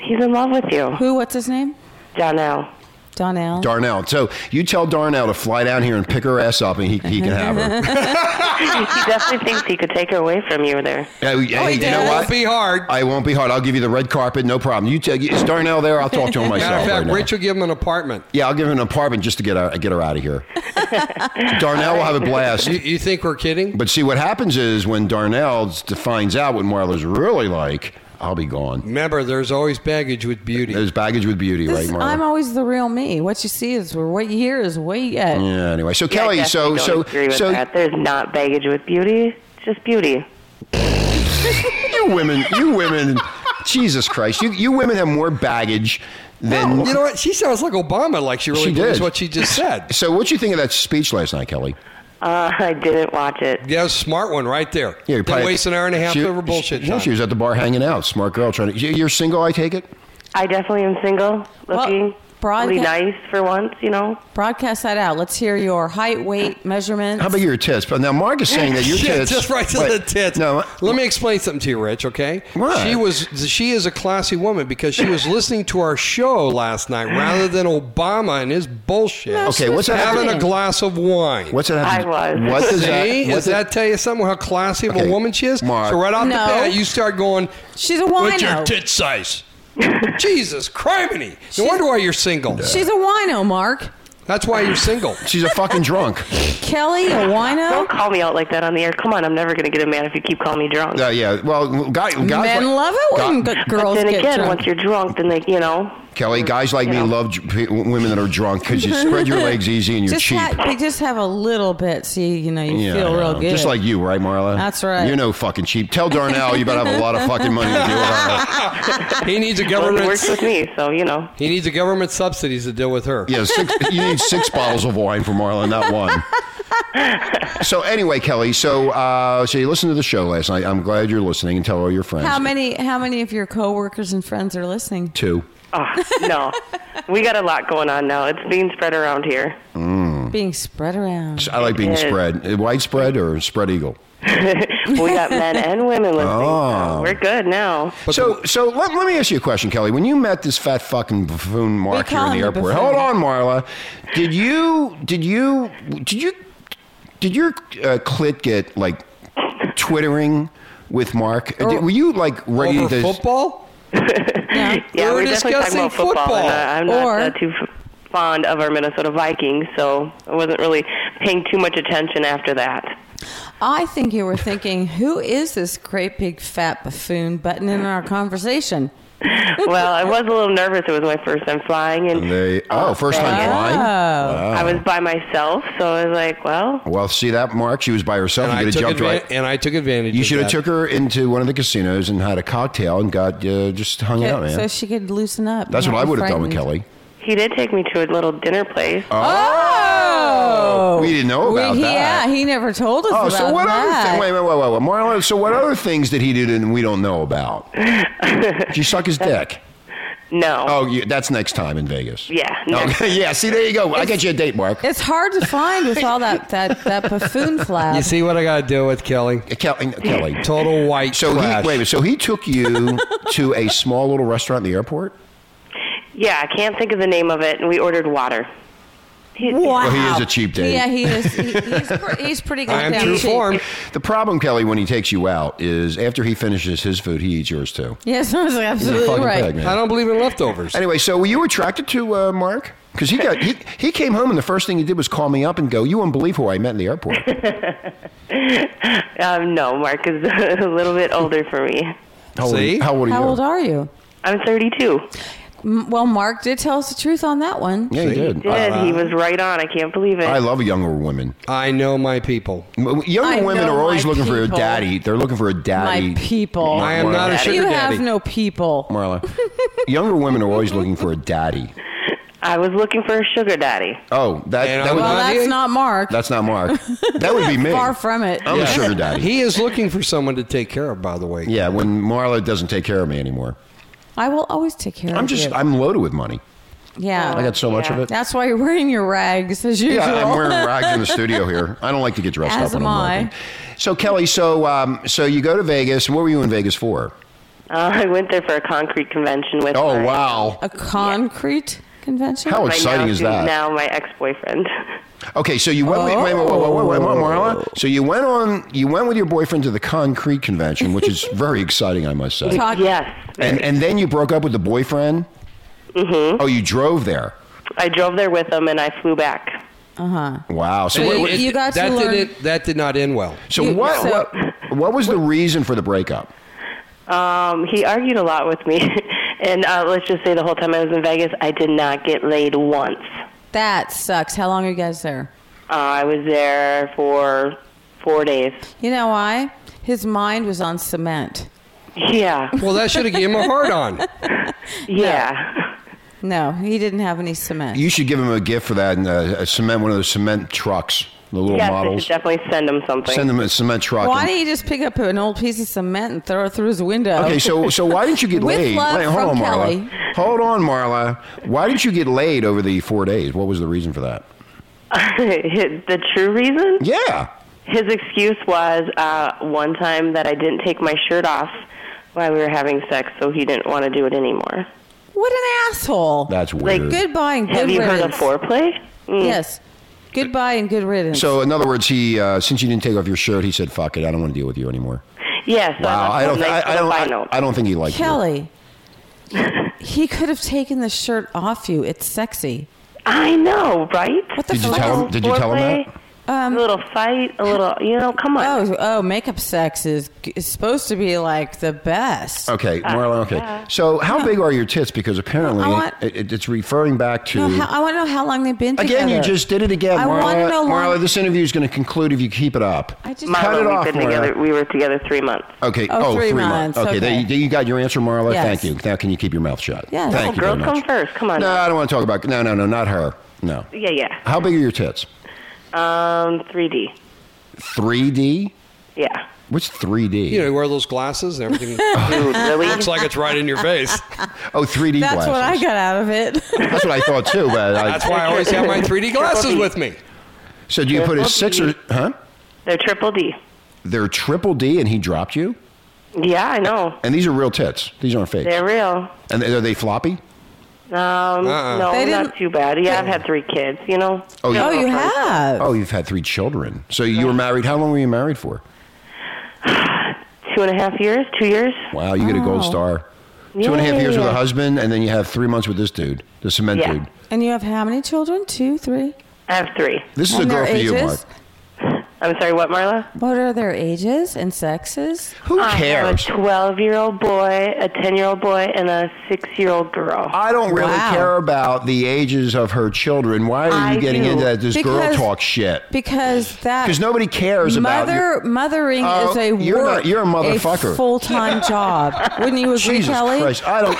Speaker 12: He's in love with you.
Speaker 7: Who? What's his name?
Speaker 12: John L.
Speaker 7: Donnell.
Speaker 6: Darnell. So you tell Darnell to fly down here and pick her ass up, and he, he can have her.
Speaker 12: he definitely thinks he could take her away from you there.
Speaker 6: Yeah, we- hey, you know
Speaker 8: It Oh, won't
Speaker 6: what?
Speaker 8: be hard.
Speaker 6: I won't be hard. I'll give you the red carpet, no problem. You tell is Darnell there? I'll talk to him myself.
Speaker 8: Matter of fact,
Speaker 6: right now.
Speaker 8: Rich will give him an apartment.
Speaker 6: Yeah, I'll give him an apartment just to get her, get her out of here. Darnell will have a blast.
Speaker 8: You, you think we're kidding?
Speaker 6: But see, what happens is when Darnell finds out what Marla's really like, I'll be gone.
Speaker 8: Remember, there's always baggage with beauty.
Speaker 6: There's baggage with beauty,
Speaker 7: This-
Speaker 6: right, Marla?
Speaker 7: I'm always the real me. What you see is or what you hear is what you get.
Speaker 6: Yeah. Anyway, so
Speaker 12: Yeah, I
Speaker 6: Kelly, so
Speaker 12: definitely don't
Speaker 6: so
Speaker 12: agree with
Speaker 6: so
Speaker 12: that. there's not baggage with beauty. It's just beauty.
Speaker 6: you women, you women, Jesus Christ, you you women have more baggage than.
Speaker 8: you know what? She sounds like Obama, like she really
Speaker 6: She
Speaker 8: believes
Speaker 6: did.
Speaker 8: what she just said.
Speaker 6: So what you think of that speech last night, Kelly?
Speaker 12: Uh, I didn't watch it.
Speaker 8: Yeah, smart one right there.
Speaker 6: Yeah, you
Speaker 8: Didn't waste an hour and a half
Speaker 6: she,
Speaker 8: over bullshit.
Speaker 6: She, yeah,
Speaker 8: time.
Speaker 6: she was at the bar hanging out. Smart girl, trying to. you- You're single, I take it.
Speaker 12: I definitely am single,
Speaker 7: Well,
Speaker 12: looking
Speaker 7: broadca-
Speaker 12: really nice for once, you know.
Speaker 7: Broadcast that out. Let's hear your height, weight, measurements.
Speaker 6: How about your tits? But now Mark is saying that your
Speaker 8: Shit,
Speaker 6: tits.
Speaker 8: just right to
Speaker 6: Wait,
Speaker 8: the tits.
Speaker 6: No,
Speaker 8: let me explain something to you, Rich. Okay,
Speaker 6: What?
Speaker 8: she was she is a classy woman because she was listening to our show last night rather than Obama and his bullshit.
Speaker 6: Okay, what's that? Have
Speaker 8: having a
Speaker 6: to,
Speaker 8: glass of wine.
Speaker 6: what's that? Have to,
Speaker 12: I was.
Speaker 6: What does that?
Speaker 8: See,
Speaker 6: what
Speaker 8: does that tell you something how classy of
Speaker 6: Okay,
Speaker 8: a woman she is?
Speaker 6: Mark.
Speaker 8: So right off
Speaker 7: No.
Speaker 8: the bat, you start going,
Speaker 7: She's a
Speaker 8: "What's your
Speaker 7: wino.
Speaker 8: tit size?" Jesus criminy! No wonder why you're single.
Speaker 7: She's a wino, Mark.
Speaker 8: That's why you're single.
Speaker 6: She's a fucking drunk.
Speaker 7: Kelly, a wino?
Speaker 13: Don't call me out like that on the air. Come on, I'm never going to get a man if you keep calling me drunk.
Speaker 6: Yeah, Uh, yeah. Well, guy, guys like,
Speaker 13: but then again, once you're drunk, then they, you know,
Speaker 6: Kelly, guys like me love j- p- women that are drunk because you spread your legs easy and you're
Speaker 7: just
Speaker 6: cheap.
Speaker 7: ha- they just have a little bit, so you, you know you
Speaker 6: Yeah,
Speaker 7: feel
Speaker 6: I
Speaker 7: real
Speaker 6: know.
Speaker 7: good.
Speaker 6: Just like you, right, Marla?
Speaker 7: That's right.
Speaker 6: You're no fucking cheap. Tell Darnell you better have a lot of fucking money to deal with all that.
Speaker 8: He needs a government.
Speaker 13: works with me, so you know.
Speaker 8: He needs a government subsidies to deal with her.
Speaker 6: Yeah, six, you need six bottles of wine for Marla, not one. So anyway, Kelly, so uh, so you listened to the show last night. I'm glad you're listening and tell all your friends.
Speaker 7: how many how many of your coworkers and friends are listening?
Speaker 6: Two.
Speaker 13: Oh, no, we got a lot going on now. It's being spread around here.
Speaker 6: Mm.
Speaker 7: Being spread around.
Speaker 6: I like being
Speaker 13: Yes.
Speaker 6: spread. Widespread or spread eagle?
Speaker 13: we got men and women listening.
Speaker 8: Um,
Speaker 6: Oh.
Speaker 13: We're good now.
Speaker 6: so, so let, let me ask you a question, Kelly. When you met this fat fucking buffoon Mark here in
Speaker 13: call
Speaker 6: the
Speaker 13: him a
Speaker 6: airport,
Speaker 13: buffoon.
Speaker 6: hold on, Marla. Did you, did you, did you, did your uh, clit get like twittering with
Speaker 13: Oh.
Speaker 6: Mark? Did- were you like ready
Speaker 8: Over
Speaker 6: to
Speaker 8: football?
Speaker 13: Yeah,
Speaker 8: We're
Speaker 13: we're, definitely talking
Speaker 8: discussing
Speaker 13: about football.
Speaker 8: football.
Speaker 13: and, uh, I'm not
Speaker 8: Or-
Speaker 13: uh, too f- fond of our Minnesota Vikings, so I wasn't really paying too much attention after that.
Speaker 7: I think you were thinking, who is this great big fat buffoon button in our conversation?
Speaker 13: well, I was a little nervous. It was my first time flying, and
Speaker 6: They, oh, first time
Speaker 13: Yeah.
Speaker 6: flying. Wow.
Speaker 13: I was by myself, so I was like, "Well,
Speaker 6: Well, see that, Mark? She was by herself.
Speaker 8: And
Speaker 6: you
Speaker 8: I
Speaker 6: could
Speaker 8: took
Speaker 6: have jumped
Speaker 8: advan-
Speaker 6: right.
Speaker 8: and I took advantage.
Speaker 6: You
Speaker 8: of
Speaker 6: should have
Speaker 8: that.
Speaker 6: took her into one of the casinos and had a cocktail and got uh, just hung out, man.
Speaker 7: so she could loosen up.
Speaker 6: That's
Speaker 7: not
Speaker 6: what I
Speaker 7: be
Speaker 6: would have done with
Speaker 7: frightened.
Speaker 6: Kelly.
Speaker 13: he did take me to a little dinner place."
Speaker 7: Oh,
Speaker 6: we didn't know
Speaker 7: We-
Speaker 6: about
Speaker 7: he-
Speaker 6: that.
Speaker 7: Yeah, he never told us
Speaker 6: Oh,
Speaker 7: about
Speaker 6: so what
Speaker 7: that.
Speaker 6: other thing? Wait, wait, wait, wait, wait, Marla. So what other things did he do that we don't know about? Did you suck his dick?
Speaker 13: No.
Speaker 6: Oh, you, that's next time in Vegas.
Speaker 13: Yeah.
Speaker 6: Okay, yeah. See, there you go. I
Speaker 7: It's-
Speaker 6: got you a date, Mark.
Speaker 7: It's hard to find with all that that that buffoon flab.
Speaker 8: You see what I got to deal with, Kelly?
Speaker 6: Kelly, Uh, Kelly.
Speaker 8: total white.
Speaker 6: So
Speaker 8: trash.
Speaker 6: he wait. So he took you to a small little restaurant in the airport.
Speaker 13: Yeah, I can't think of the name of it, and we ordered water. He,
Speaker 6: Well, he is a cheap date.
Speaker 7: Yeah, he is. He, he's, pre- he's pretty good. down cheap.
Speaker 6: The problem, Kelly, when he takes you out is after he finishes his food, he eats yours too.
Speaker 7: Yes, I was
Speaker 6: He's a
Speaker 7: absolutely
Speaker 6: fucking
Speaker 7: right.
Speaker 6: pig, man.
Speaker 8: I don't believe in leftovers.
Speaker 6: Anyway, so were you attracted to uh, Mark? Because he got he, he came home and the first thing he did was call me up and go, "You wouldn't believe who I met in the airport."
Speaker 13: um, no, Mark is a little bit older for me.
Speaker 6: How old, How old are
Speaker 7: How
Speaker 6: you?
Speaker 7: old are you?
Speaker 13: I'm 32.
Speaker 7: M- Well, Mark did tell us the truth on that one.
Speaker 6: Yeah, he did.
Speaker 13: Did he was right on? I can't believe it.
Speaker 6: Uh-huh. I love younger women.
Speaker 8: I know my people.
Speaker 6: M- Younger
Speaker 7: I
Speaker 6: women
Speaker 7: know
Speaker 6: are always
Speaker 7: my
Speaker 6: looking for a
Speaker 7: people.
Speaker 6: daddy. They're looking for a daddy.
Speaker 7: My people.
Speaker 6: I am not a sugar
Speaker 7: You
Speaker 6: daddy.
Speaker 7: have no people.
Speaker 6: Marla, younger women are always looking for a daddy.
Speaker 13: I was looking for a sugar daddy.
Speaker 6: Oh, that, that would
Speaker 7: well,
Speaker 6: be,
Speaker 7: that's not Mark.
Speaker 6: that's not Mark. That would be me.
Speaker 7: Far from it.
Speaker 6: I'm a sugar daddy.
Speaker 8: He is looking for someone to take care of. By the way,
Speaker 6: Yeah, when Marla doesn't take care of me anymore.
Speaker 7: I will always take care
Speaker 6: I'm
Speaker 7: of
Speaker 6: just
Speaker 7: you.
Speaker 6: I'm loaded with money.
Speaker 7: yeah.
Speaker 6: I got so much of it.
Speaker 7: That's why you're wearing your rags as usual.
Speaker 6: Yeah, I'm wearing rags in the studio here. I don't like to get dressed
Speaker 7: As
Speaker 6: up when
Speaker 7: am
Speaker 6: I'm
Speaker 7: I.
Speaker 6: working. So Kelly, so um, so you go to Vegas. and What were you in Vegas for?
Speaker 13: Uh, I went there for a concrete convention with.
Speaker 6: Oh
Speaker 13: my,
Speaker 6: wow!
Speaker 7: A concrete convention.
Speaker 6: How
Speaker 13: my
Speaker 6: exciting
Speaker 13: now,
Speaker 6: is that?
Speaker 13: Now my ex-boyfriend.
Speaker 6: Okay, so you went. Wait, wait, wait, wait, wait, wait, wait, wait, Marla. So you went on. You went with your boyfriend to the concrete convention, which is very exciting, I must say.
Speaker 7: Talk-
Speaker 13: yes,
Speaker 6: And and then you broke up with the boyfriend. Mm-hmm. Oh, you drove there.
Speaker 13: I drove there with him, and I flew back.
Speaker 7: Uh huh.
Speaker 6: Wow. So what, what-
Speaker 7: you got to
Speaker 8: that
Speaker 7: learn-
Speaker 8: Did it, that did not end well.
Speaker 6: so
Speaker 7: you-
Speaker 6: what,
Speaker 7: so-
Speaker 6: what what was the reason for the breakup?
Speaker 13: Um, he argued a lot with me, and uh, let's just say the whole time I was in Vegas, I did not get laid once.
Speaker 7: That sucks. How long are you guys there?
Speaker 13: Uh, I was there for four days.
Speaker 7: You know why? His mind was on cement.
Speaker 13: Yeah,
Speaker 8: Well, that should have given him a hard on.
Speaker 13: yeah.
Speaker 7: No, he didn't have any cement.
Speaker 6: You should give him a gift for that and uh, a cement one of those cement trucks, the little
Speaker 13: yes, I
Speaker 6: models.
Speaker 13: should definitely send him something.
Speaker 6: Send him a cement truck.
Speaker 7: Why
Speaker 6: and-
Speaker 7: didn't you just pick up an old piece of cement and throw it through his window?
Speaker 6: Okay, so so why didn't you get
Speaker 7: With
Speaker 6: laid?
Speaker 7: love
Speaker 6: Wait, hold
Speaker 7: from
Speaker 6: on,
Speaker 7: Kelly.
Speaker 6: Marla. Hold on, Marla. Why didn't you get laid over the four days? What was the reason for that?
Speaker 13: the true reason?
Speaker 6: Yeah.
Speaker 13: His excuse was uh, one time that I didn't take my shirt off while we were having sex, so he didn't want to do it anymore.
Speaker 7: What an asshole.
Speaker 6: That's
Speaker 13: Like,
Speaker 6: weird.
Speaker 7: Goodbye and good
Speaker 13: Have you heard of
Speaker 7: riddance.
Speaker 13: foreplay? Mm.
Speaker 7: Yes. Goodbye and good riddance.
Speaker 6: So in other words, he uh, since you didn't take off your shirt, he said, "Fuck it, I don't want to deal with you anymore."
Speaker 13: Yes. I
Speaker 6: Wow,
Speaker 13: left
Speaker 6: I
Speaker 13: him
Speaker 6: don't,
Speaker 13: nice
Speaker 6: I,
Speaker 13: with
Speaker 6: I
Speaker 13: a
Speaker 6: don't,
Speaker 13: fine
Speaker 6: I,
Speaker 13: note.
Speaker 6: I don't think he liked you.
Speaker 7: Kelly, he could have taken the shirt off you. It's sexy.
Speaker 13: I know, right? What
Speaker 6: the Did you fuck? tell him- did you tell him that?
Speaker 13: Um, a little fight, a little, you know, come on.
Speaker 7: Oh, oh, makeup sex is, is supposed to be like the best.
Speaker 6: Okay, Marla. Okay. So, how big are your tits? Because apparently,
Speaker 7: I want-
Speaker 6: it, it- it's referring back to.
Speaker 7: No, how, I want to know how long they've been together.
Speaker 6: Again, you just did it again,
Speaker 7: I want to
Speaker 6: Marla.
Speaker 7: know long.
Speaker 6: Marla, this interview is going to conclude if you keep it up.
Speaker 7: I just-
Speaker 6: cut
Speaker 13: Marla,
Speaker 6: it
Speaker 13: we've
Speaker 6: off,
Speaker 13: been
Speaker 6: Marla.
Speaker 13: together- we were together three months.
Speaker 6: Okay.
Speaker 13: Oh,
Speaker 6: Oh,
Speaker 13: three
Speaker 6: three months.
Speaker 13: months,
Speaker 6: Okay. There,
Speaker 13: okay.
Speaker 6: you, you got your answer, Marla.
Speaker 13: Yes.
Speaker 6: Thank you. Now, can you keep your mouth shut?
Speaker 13: Yes.
Speaker 6: Thank
Speaker 13: No,
Speaker 6: you
Speaker 13: girls
Speaker 6: very much.
Speaker 13: come first. Come on.
Speaker 6: No, I don't want to talk about. No, no, no, not her. No.
Speaker 13: Yeah, yeah.
Speaker 6: How big are your tits?
Speaker 13: Um, 3D.
Speaker 6: 3D.
Speaker 13: Yeah.
Speaker 6: What's 3D?
Speaker 8: You know, you wear those glasses and everything.
Speaker 13: really?
Speaker 8: Looks like it's right in your face.
Speaker 6: Oh, 3D
Speaker 7: That's
Speaker 6: glasses.
Speaker 7: what I got out of it.
Speaker 6: That's what I thought too. But I,
Speaker 8: That's why I always have my 3D glasses with me.
Speaker 6: So do you put a
Speaker 13: Triple
Speaker 6: six or
Speaker 13: D.
Speaker 6: huh?
Speaker 13: They're triple D.
Speaker 6: They're triple D, and he dropped you.
Speaker 13: Yeah, I know.
Speaker 6: And these are real tits. These aren't fake.
Speaker 13: They're real.
Speaker 6: And are they floppy?
Speaker 13: Um, No,
Speaker 7: They didn't-
Speaker 13: not too bad. Yeah, I've had three kids, you know.
Speaker 7: Oh, you have.
Speaker 6: Oh, you've had three children. So you were married. How long were you married for?
Speaker 13: Two and a half years, two years.
Speaker 6: Wow, you get a gold
Speaker 13: Oh.
Speaker 6: star. Two and a half years with
Speaker 13: Yeah.
Speaker 6: a husband, and then you have three months with this dude, the cement
Speaker 13: Yeah.
Speaker 6: dude.
Speaker 7: And you have how many children? Two, three?
Speaker 13: I have three.
Speaker 6: This is
Speaker 7: And
Speaker 6: a girl
Speaker 7: their
Speaker 6: for you,
Speaker 7: ages?
Speaker 6: Mark.
Speaker 13: I'm sorry, what, Marla?
Speaker 7: What are their ages and sexes?
Speaker 6: Who
Speaker 13: I
Speaker 6: cares?
Speaker 13: have a 12 year old boy, a 10 year old boy, and a 6 year old girl.
Speaker 6: I don't really
Speaker 7: Wow.
Speaker 6: care about the ages of her children. Why are you
Speaker 13: I
Speaker 6: getting
Speaker 13: do.
Speaker 6: into that, this girl
Speaker 7: Because-
Speaker 6: talk shit?
Speaker 7: Because that
Speaker 6: 'Cause nobody cares about
Speaker 7: mother mothering
Speaker 6: Oh,
Speaker 7: is a
Speaker 6: you're
Speaker 7: work,
Speaker 6: not- you're a motherfucker.
Speaker 7: full time job. Wouldn't you agree,
Speaker 6: Jesus
Speaker 7: Kelly?
Speaker 6: Christ! I don't.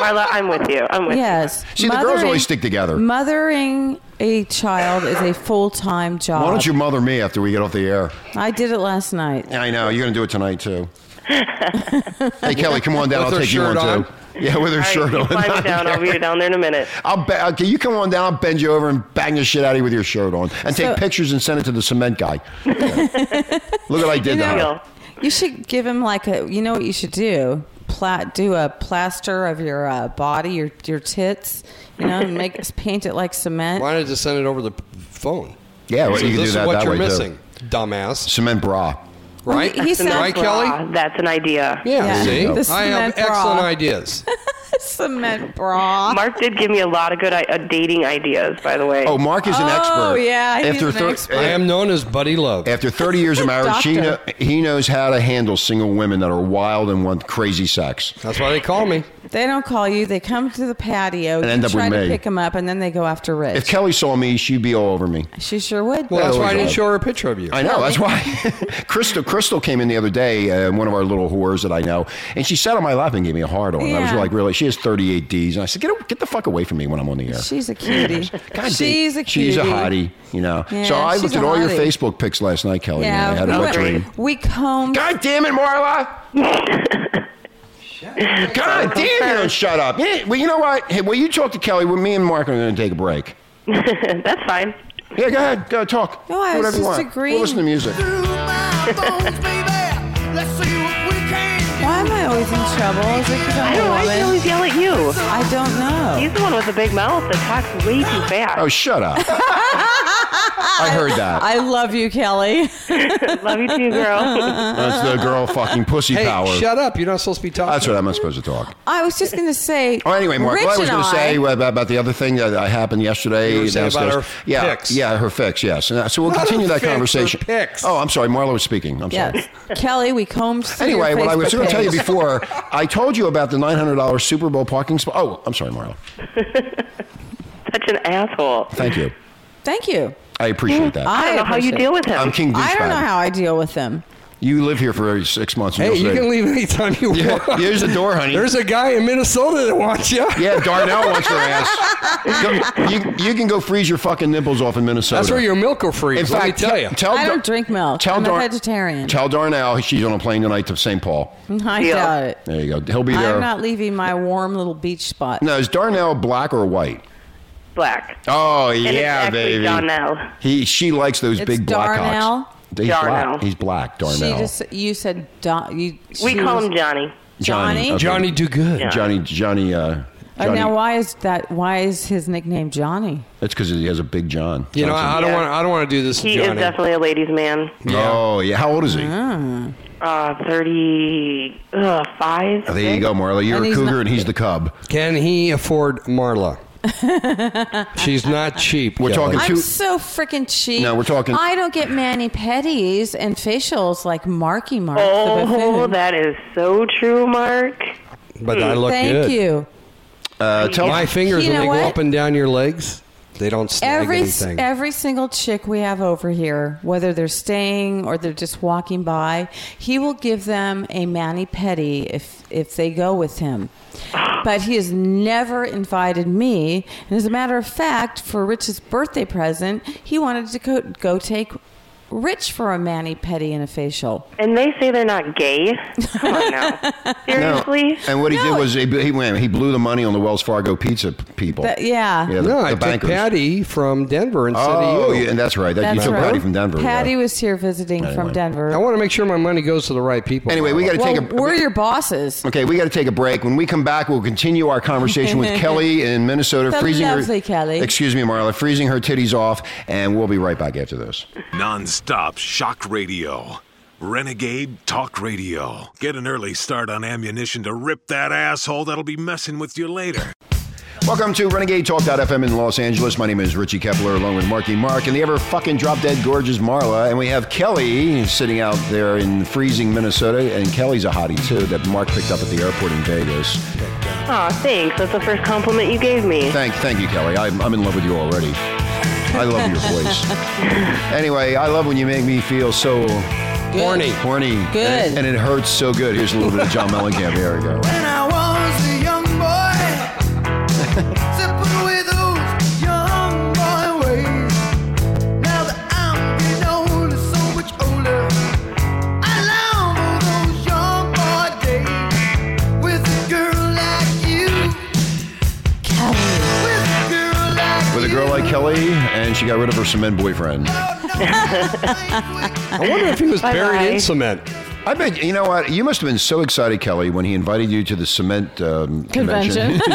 Speaker 13: Marla, I'm with you. I'm with
Speaker 7: Yes.
Speaker 6: See, the girls
Speaker 7: Mothering-
Speaker 6: always stick together.
Speaker 7: Mothering a child is a full time job.
Speaker 6: Why don't you mother me after we get off the air?
Speaker 7: I did it last night.
Speaker 6: I know you're going to do it tonight too. hey Kelly, come on down.
Speaker 8: With
Speaker 6: I'll
Speaker 8: her
Speaker 6: take you on
Speaker 8: shirt on.
Speaker 6: too. Yeah, with her
Speaker 13: you. All
Speaker 6: shirt
Speaker 13: right, you
Speaker 6: on.
Speaker 13: climb down. I'll be down there in a minute.
Speaker 6: I'll be, okay, you come on down. I'll bend you over and bang the shit out of you with your shirt on, and
Speaker 7: So-
Speaker 6: take pictures and send it to the cement guy. Yeah. Look what I did to her.
Speaker 13: Deal.
Speaker 7: You should give him like a. You know what you should do? Pla- do a plaster of your uh, body, your your tits. You know, and make paint it like cement.
Speaker 8: Why not just send it over the phone?
Speaker 6: Yeah, well,
Speaker 8: So
Speaker 6: you can
Speaker 8: this
Speaker 6: do
Speaker 8: is
Speaker 6: that
Speaker 8: what
Speaker 6: that
Speaker 8: you're
Speaker 6: way
Speaker 8: missing,
Speaker 6: too.
Speaker 8: dumbass.
Speaker 6: Cement bra.
Speaker 8: Right?
Speaker 7: he sounds-
Speaker 8: right,
Speaker 13: Ah,
Speaker 8: Kelly?
Speaker 13: that's an idea.
Speaker 8: Yeah.
Speaker 7: Yeah.
Speaker 8: See,
Speaker 7: The
Speaker 8: I have
Speaker 7: cement bra.
Speaker 8: excellent ideas.
Speaker 7: cement bra.
Speaker 13: Mark did give me a lot of good I- uh, dating ideas, by the way.
Speaker 6: Oh, Mark is an
Speaker 7: Oh,
Speaker 6: expert.
Speaker 7: yeah, he's
Speaker 6: after
Speaker 7: an
Speaker 6: thir-
Speaker 7: expert.
Speaker 8: I am known as Buddy Love.
Speaker 6: After 30 years of marriage, she kno-
Speaker 7: Doctor.
Speaker 6: he knows how to handle single women that are wild and want crazy sex.
Speaker 8: That's why they call me.
Speaker 7: They don't call you. They come to the patio.
Speaker 6: And
Speaker 7: you
Speaker 6: end up
Speaker 7: try
Speaker 6: with
Speaker 7: to
Speaker 6: me.
Speaker 7: pick them up, and then they go after Rich.
Speaker 6: If Kelly saw me, she'd be all over me.
Speaker 7: she sure would.
Speaker 8: Well, that's why I
Speaker 6: God.
Speaker 8: didn't show her a picture of you.
Speaker 6: I know. That's why Crystal Crystal came in the other day, uh, one of our little whores that I know, and she sat on my lap and gave me a hard on. I was
Speaker 7: Yeah.
Speaker 6: like, really? She has 38 Ds, and I said, get get the fuck away from me when I'm on the air.
Speaker 7: she's a cutie.
Speaker 6: God
Speaker 7: she's
Speaker 6: damn-
Speaker 7: a cutie.
Speaker 6: she's a hottie, you know.
Speaker 7: Yeah,
Speaker 6: so I
Speaker 7: she's
Speaker 6: looked
Speaker 7: a
Speaker 6: at all your
Speaker 7: hottie.
Speaker 6: Facebook pics last night, Kelly.
Speaker 7: Yeah,
Speaker 6: and I had a
Speaker 7: we,
Speaker 6: wet
Speaker 7: went-
Speaker 6: dream.
Speaker 7: we combed.
Speaker 6: God damn it, Marla! God damn you! Don't shut up. Yeah, well, you know what? Hey, well, you talk to Kelly. Well, me and Mark are going to take a break.
Speaker 13: that's fine.
Speaker 6: Yeah, go ahead. Go talk.
Speaker 7: No, I
Speaker 6: Do
Speaker 7: was
Speaker 6: whatever you
Speaker 7: just
Speaker 6: want.
Speaker 7: agreeing.
Speaker 6: We'll listen to music.
Speaker 7: Why am I always in trouble? Is it because
Speaker 13: I
Speaker 7: I'm a
Speaker 13: don't know why they
Speaker 7: woman?
Speaker 13: always yell at you.
Speaker 7: I don't know.
Speaker 13: He's the one with the big mouth that talks way too fast.
Speaker 6: Oh, shut up! I heard that.
Speaker 7: I love you, Kelly.
Speaker 13: Love you too, girl.
Speaker 6: That's the girl fucking pussy
Speaker 8: Hey,
Speaker 6: power.
Speaker 8: shut up! You're not supposed to be talking.
Speaker 6: That's what I'm not supposed to talk.
Speaker 7: I was just going to say.
Speaker 6: Oh, anyway, Mark,
Speaker 7: Rich
Speaker 6: what I was
Speaker 7: and
Speaker 6: going to say about, about the other thing that uh, happened yesterday.
Speaker 8: You were saying about
Speaker 6: downstairs.
Speaker 8: her
Speaker 6: yeah,
Speaker 8: picks.
Speaker 6: yeah, her fix, yes. And, uh, So we'll
Speaker 8: Not
Speaker 6: continue
Speaker 8: her
Speaker 6: that
Speaker 8: fix, her
Speaker 6: conversation.
Speaker 8: picks.
Speaker 6: Oh, I'm sorry, Marla was speaking. I'm sorry.
Speaker 7: Yes. Kelly, we combed. through your
Speaker 6: Anyway, what I was
Speaker 7: Facebook
Speaker 6: going to tell you
Speaker 7: page.
Speaker 6: before, I told you about the $900 Super Bowl parking spot. Oh, I'm sorry, Marla.
Speaker 13: Such an asshole.
Speaker 6: Thank you.
Speaker 7: Thank you.
Speaker 6: I appreciate that.
Speaker 13: I don't know how you
Speaker 7: appreciate
Speaker 13: deal with him.
Speaker 6: I'm King
Speaker 7: it.
Speaker 6: Douchebag.
Speaker 7: Hmm? I don't know how I deal with them.
Speaker 6: You live here for six months. and
Speaker 8: Hey,
Speaker 6: you'll
Speaker 8: you
Speaker 6: say-
Speaker 8: can leave anytime you
Speaker 6: Yeah,
Speaker 8: want.
Speaker 6: here's the door, honey.
Speaker 8: There's a guy in Minnesota that wants you.
Speaker 6: Yeah, Darnell wants your ass. Go- you, you can go freeze your fucking nipples off in Minnesota.
Speaker 8: That's where your milk will freeze.
Speaker 6: In
Speaker 8: let
Speaker 6: fact,
Speaker 8: me tell
Speaker 6: te-
Speaker 8: you.
Speaker 6: tell
Speaker 7: I
Speaker 6: Dar-
Speaker 7: don't drink milk.
Speaker 6: Tell
Speaker 7: I'm a
Speaker 6: Dar-
Speaker 7: vegetarian.
Speaker 6: Tell Darnell she's on a plane tonight to St. Paul.
Speaker 7: I
Speaker 13: Yeah.
Speaker 7: doubt it.
Speaker 6: There you go. He'll be there.
Speaker 7: I'm not leaving my warm little beach spot.
Speaker 6: no, is Darnell black or white?
Speaker 13: Black.
Speaker 6: Oh
Speaker 13: and
Speaker 6: yeah,
Speaker 13: it's actually
Speaker 6: baby.
Speaker 13: Donnell.
Speaker 6: He she likes those
Speaker 7: It's
Speaker 6: big black
Speaker 7: Darnell?
Speaker 6: cocks. He's
Speaker 13: Darnell.
Speaker 6: black. He's black.
Speaker 7: She
Speaker 6: Darnell.
Speaker 7: just you said Don, you. she
Speaker 13: We call
Speaker 7: was-
Speaker 13: him Johnny.
Speaker 7: Johnny.
Speaker 6: okay.
Speaker 8: Johnny do good.
Speaker 6: Johnny. Johnny. Uh,
Speaker 7: Uh,
Speaker 6: Johnny.
Speaker 7: now why is that? Why is his nickname Johnny?
Speaker 6: That's because he has a big John.
Speaker 8: You know, uh, I, I don't
Speaker 13: Yeah.
Speaker 8: want. I don't want to do this. to
Speaker 13: He is
Speaker 8: Johnny.
Speaker 13: definitely a ladies' man.
Speaker 6: Oh yeah. How old is he?
Speaker 13: Uh, 35. Uh, five,
Speaker 6: There you go, Marla. You're
Speaker 7: And
Speaker 6: a
Speaker 7: he's
Speaker 6: cougar,
Speaker 7: not-
Speaker 6: and he's the cub.
Speaker 8: Can he afford Marla? She's not cheap.
Speaker 6: We're
Speaker 8: Kelly.
Speaker 6: talking
Speaker 7: I'm so freaking cheap.
Speaker 6: No, we're talking-
Speaker 7: I don't get mani pedis and facials like Marky Mark. the
Speaker 13: Oh,
Speaker 7: buffoon.
Speaker 13: that is so true, Mark.
Speaker 8: But I look
Speaker 7: Thank
Speaker 8: good.
Speaker 7: you.
Speaker 8: Uh,
Speaker 7: tell-
Speaker 8: my fingers
Speaker 7: You
Speaker 8: when
Speaker 7: know
Speaker 8: they go
Speaker 7: what?
Speaker 8: up and down your legs, they don't snag
Speaker 7: Every
Speaker 8: anything.
Speaker 7: every single chick we have over here, whether they're staying or they're just walking by, he will give them a mani pedi if if they go with him. But he has never invited me. And as a matter of fact, for Rich's birthday present, he wanted to go, go take Rich for a mani pedi and a facial.
Speaker 13: And they say they're not gay. Come on now. Seriously?
Speaker 6: And what he did was he, he went he blew the money on the Wells Fargo pizza p- people.
Speaker 7: That- yeah.
Speaker 6: Yeah, the,
Speaker 8: no,
Speaker 6: the
Speaker 8: I took
Speaker 6: bankers.
Speaker 8: Patty from Denver instead
Speaker 6: Oh,
Speaker 8: of you.
Speaker 6: yeah, and that's right. That, you
Speaker 7: That's
Speaker 6: took
Speaker 7: right.
Speaker 6: Patty from Denver. yeah.
Speaker 7: Patty was here visiting from Denver.
Speaker 8: I want to make sure my money goes to the right people.
Speaker 6: Anyway, we got to
Speaker 7: Well,
Speaker 6: take a.
Speaker 7: we're your bosses.
Speaker 6: Okay, we got to take a break. When we come back, we'll continue our conversation with Kelly in Minnesota,
Speaker 7: The
Speaker 6: freezing her.
Speaker 7: lovely Kelly.
Speaker 6: Excuse me, Marla, freezing her titties off, and we'll be right back after this.
Speaker 5: Non-stop shock radio. Renegade Talk Radio. Get an early start on ammunition to rip that asshole that'll be messing with you later.
Speaker 6: Welcome to Renegade Talk.fm in Los Angeles. My name is Richie Kepler, along with Marky Mark and the ever fucking drop dead gorgeous Marla. And we have Kelly sitting out there in freezing Minnesota. And Kelly's a hottie, too, that Mark picked up at the airport in Vegas.
Speaker 13: Aw, thanks. That's the first compliment you gave me.
Speaker 6: Thank, thank you, Kelly. I'm, I'm in love with you already. I love your voice. Anyway, I love when you make me feel so
Speaker 8: Horny.
Speaker 6: horny.
Speaker 8: Good.
Speaker 6: And it hurts so good. Here's a little bit of John Mellencamp. Here we go.
Speaker 10: When I was a young boy, sipping with those young boy ways. Now that I'm getting older, so much older, I long for those young boy days with a girl like you. With a girl like
Speaker 6: With a girl like Kelly, and she got rid of her cement boyfriend.
Speaker 8: I wonder if he was buried in cement.
Speaker 6: I bet you know what you must have been so excited, Kelly, when he invited you to the cement um, convention.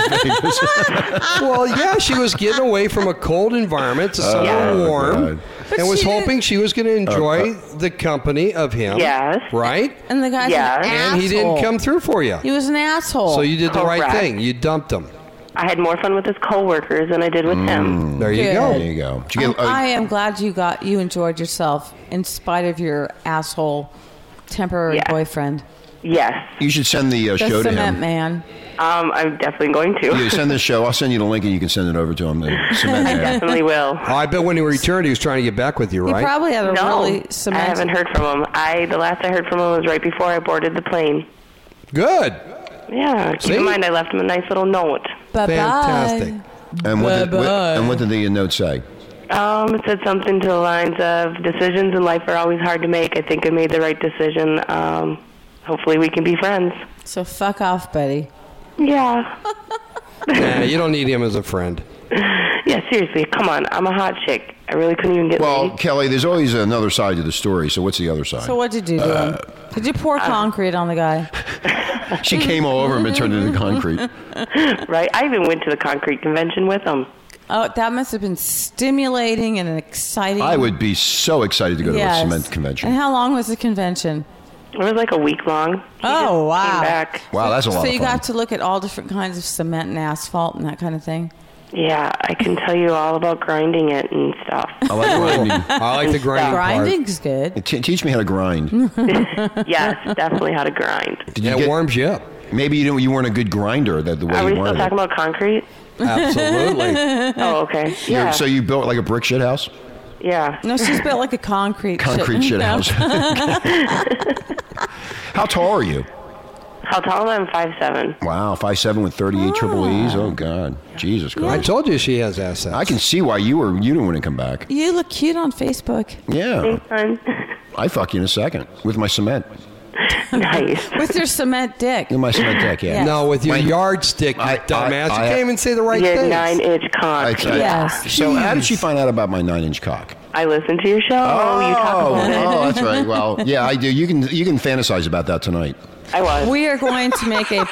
Speaker 8: well, yeah, she was getting away from a cold environment to somewhere
Speaker 6: Oh,
Speaker 8: warm,
Speaker 6: God.
Speaker 8: and was
Speaker 7: she
Speaker 8: hoping she was going to enjoy the company of him.
Speaker 13: Yes.
Speaker 8: Right.
Speaker 7: And the guy's
Speaker 13: Yeah.
Speaker 7: an asshole.
Speaker 8: And he didn't come through for you,
Speaker 7: He was an asshole.
Speaker 8: so you did the right
Speaker 13: Correct.
Speaker 8: thing. You dumped him.
Speaker 13: I had more fun with his coworkers than I did with
Speaker 6: Mm.
Speaker 13: him.
Speaker 8: There you
Speaker 7: Good.
Speaker 6: There
Speaker 8: go.
Speaker 6: you go. Did you
Speaker 7: I'm-
Speaker 6: get- oh,
Speaker 7: Um, I uh, am glad you got you enjoyed yourself in spite of your asshole temporary
Speaker 13: Yeah.
Speaker 7: boyfriend,
Speaker 13: Yes.
Speaker 6: you should send the uh,
Speaker 7: the
Speaker 6: show to
Speaker 7: cement
Speaker 6: him.
Speaker 7: man.
Speaker 13: Um, I'm definitely going to.
Speaker 6: You send the show. I'll send you the link, and you can send it over to him. The cement
Speaker 13: I
Speaker 6: man.
Speaker 13: definitely will.
Speaker 8: Oh, I bet when he returned, he was trying to get back with you,
Speaker 7: He
Speaker 8: right?
Speaker 7: probably had a
Speaker 13: No,
Speaker 7: really
Speaker 13: I
Speaker 7: cement.
Speaker 13: haven't heard from him. I the last I heard from him was right before I boarded the plane.
Speaker 8: Good.
Speaker 13: Yeah. Keep
Speaker 8: See?
Speaker 13: in mind, I left him a nice little note.
Speaker 7: Bye-bye.
Speaker 8: Fantastic.
Speaker 6: And what, did, what,
Speaker 7: Bye-bye.
Speaker 6: and what did the uh, note say?
Speaker 13: Um, it said something to the lines of decisions in life are always hard to make. I think I made the right decision. Um, hopefully, we can be friends.
Speaker 7: So fuck off, buddy.
Speaker 13: Yeah.
Speaker 8: Nah, you don't need him as a friend.
Speaker 13: Yeah. Seriously, come on. I'm a hot chick. I really couldn't even get
Speaker 6: Well,
Speaker 13: laid.
Speaker 6: Kelly, there's always another side to the story. So what's the other side?
Speaker 7: So what'd you do to
Speaker 6: Uh,
Speaker 7: him? Did you pour concrete on the guy?
Speaker 6: she came all over him and turned it into concrete.
Speaker 13: right? I even went to the concrete convention with him.
Speaker 7: Oh, that must have been stimulating and exciting.
Speaker 6: I would be so excited to go
Speaker 7: Yes. Uh-huh.
Speaker 6: to a cement convention.
Speaker 7: And how long was the convention?
Speaker 13: It was like a week long. He
Speaker 7: Oh,
Speaker 13: just
Speaker 7: wow.
Speaker 13: Came back.
Speaker 6: wow, Oh, that's a lot
Speaker 7: so
Speaker 6: of
Speaker 7: you
Speaker 6: fun.
Speaker 7: got to look at all different kinds of cement and asphalt and that kind of thing.
Speaker 13: Yeah, I can tell you all about grinding it and stuff.
Speaker 6: I like grinding.
Speaker 8: I like the grinding part.
Speaker 7: Grinding's good.
Speaker 6: T- teach me how to
Speaker 7: Mm.
Speaker 6: grind.
Speaker 13: yes, definitely how to grind.
Speaker 6: Did you
Speaker 8: Yeah, it
Speaker 6: get,
Speaker 8: warms you up.
Speaker 6: maybe you didn't, you weren't a good grinder that the way
Speaker 13: Are we
Speaker 6: you
Speaker 13: still
Speaker 6: wanted. it.
Speaker 13: talking about concrete?
Speaker 8: Absolutely.
Speaker 13: Oh, okay.
Speaker 6: You're-
Speaker 13: Yeah.
Speaker 6: So you built like a brick shit house,
Speaker 13: yeah.
Speaker 7: No, she's built like a concrete
Speaker 6: concrete shit
Speaker 7: No.
Speaker 6: house. How tall are you?
Speaker 13: How tall am I? I'm five seven.
Speaker 6: Wow, five seven with thirty eight triple E's. Oh God, Jesus
Speaker 8: I
Speaker 6: Christ!
Speaker 8: told you she has assets.
Speaker 6: I can see why you were you didn't want to come back.
Speaker 7: You look cute on Facebook
Speaker 6: Yeah,
Speaker 13: Son.
Speaker 6: I fuck you in a second with my cement,
Speaker 13: nice.
Speaker 7: with your cement dick.
Speaker 6: in my cement deck. Yeah.
Speaker 8: No, with your
Speaker 6: My-
Speaker 8: yardstick, you
Speaker 6: I- I-
Speaker 8: dumbass. you
Speaker 6: I-
Speaker 8: can't even say the right
Speaker 13: You had
Speaker 8: thing.
Speaker 13: nine inch
Speaker 6: I-
Speaker 13: cock.
Speaker 6: I-
Speaker 7: Yes.
Speaker 6: So how did she find out about my nine inch cock?
Speaker 13: I listened to your show. Oh, you talk about
Speaker 6: oh, that's right. Well, yeah, I do. You can you can fantasize about that tonight.
Speaker 13: it. I was.
Speaker 7: We are going to make a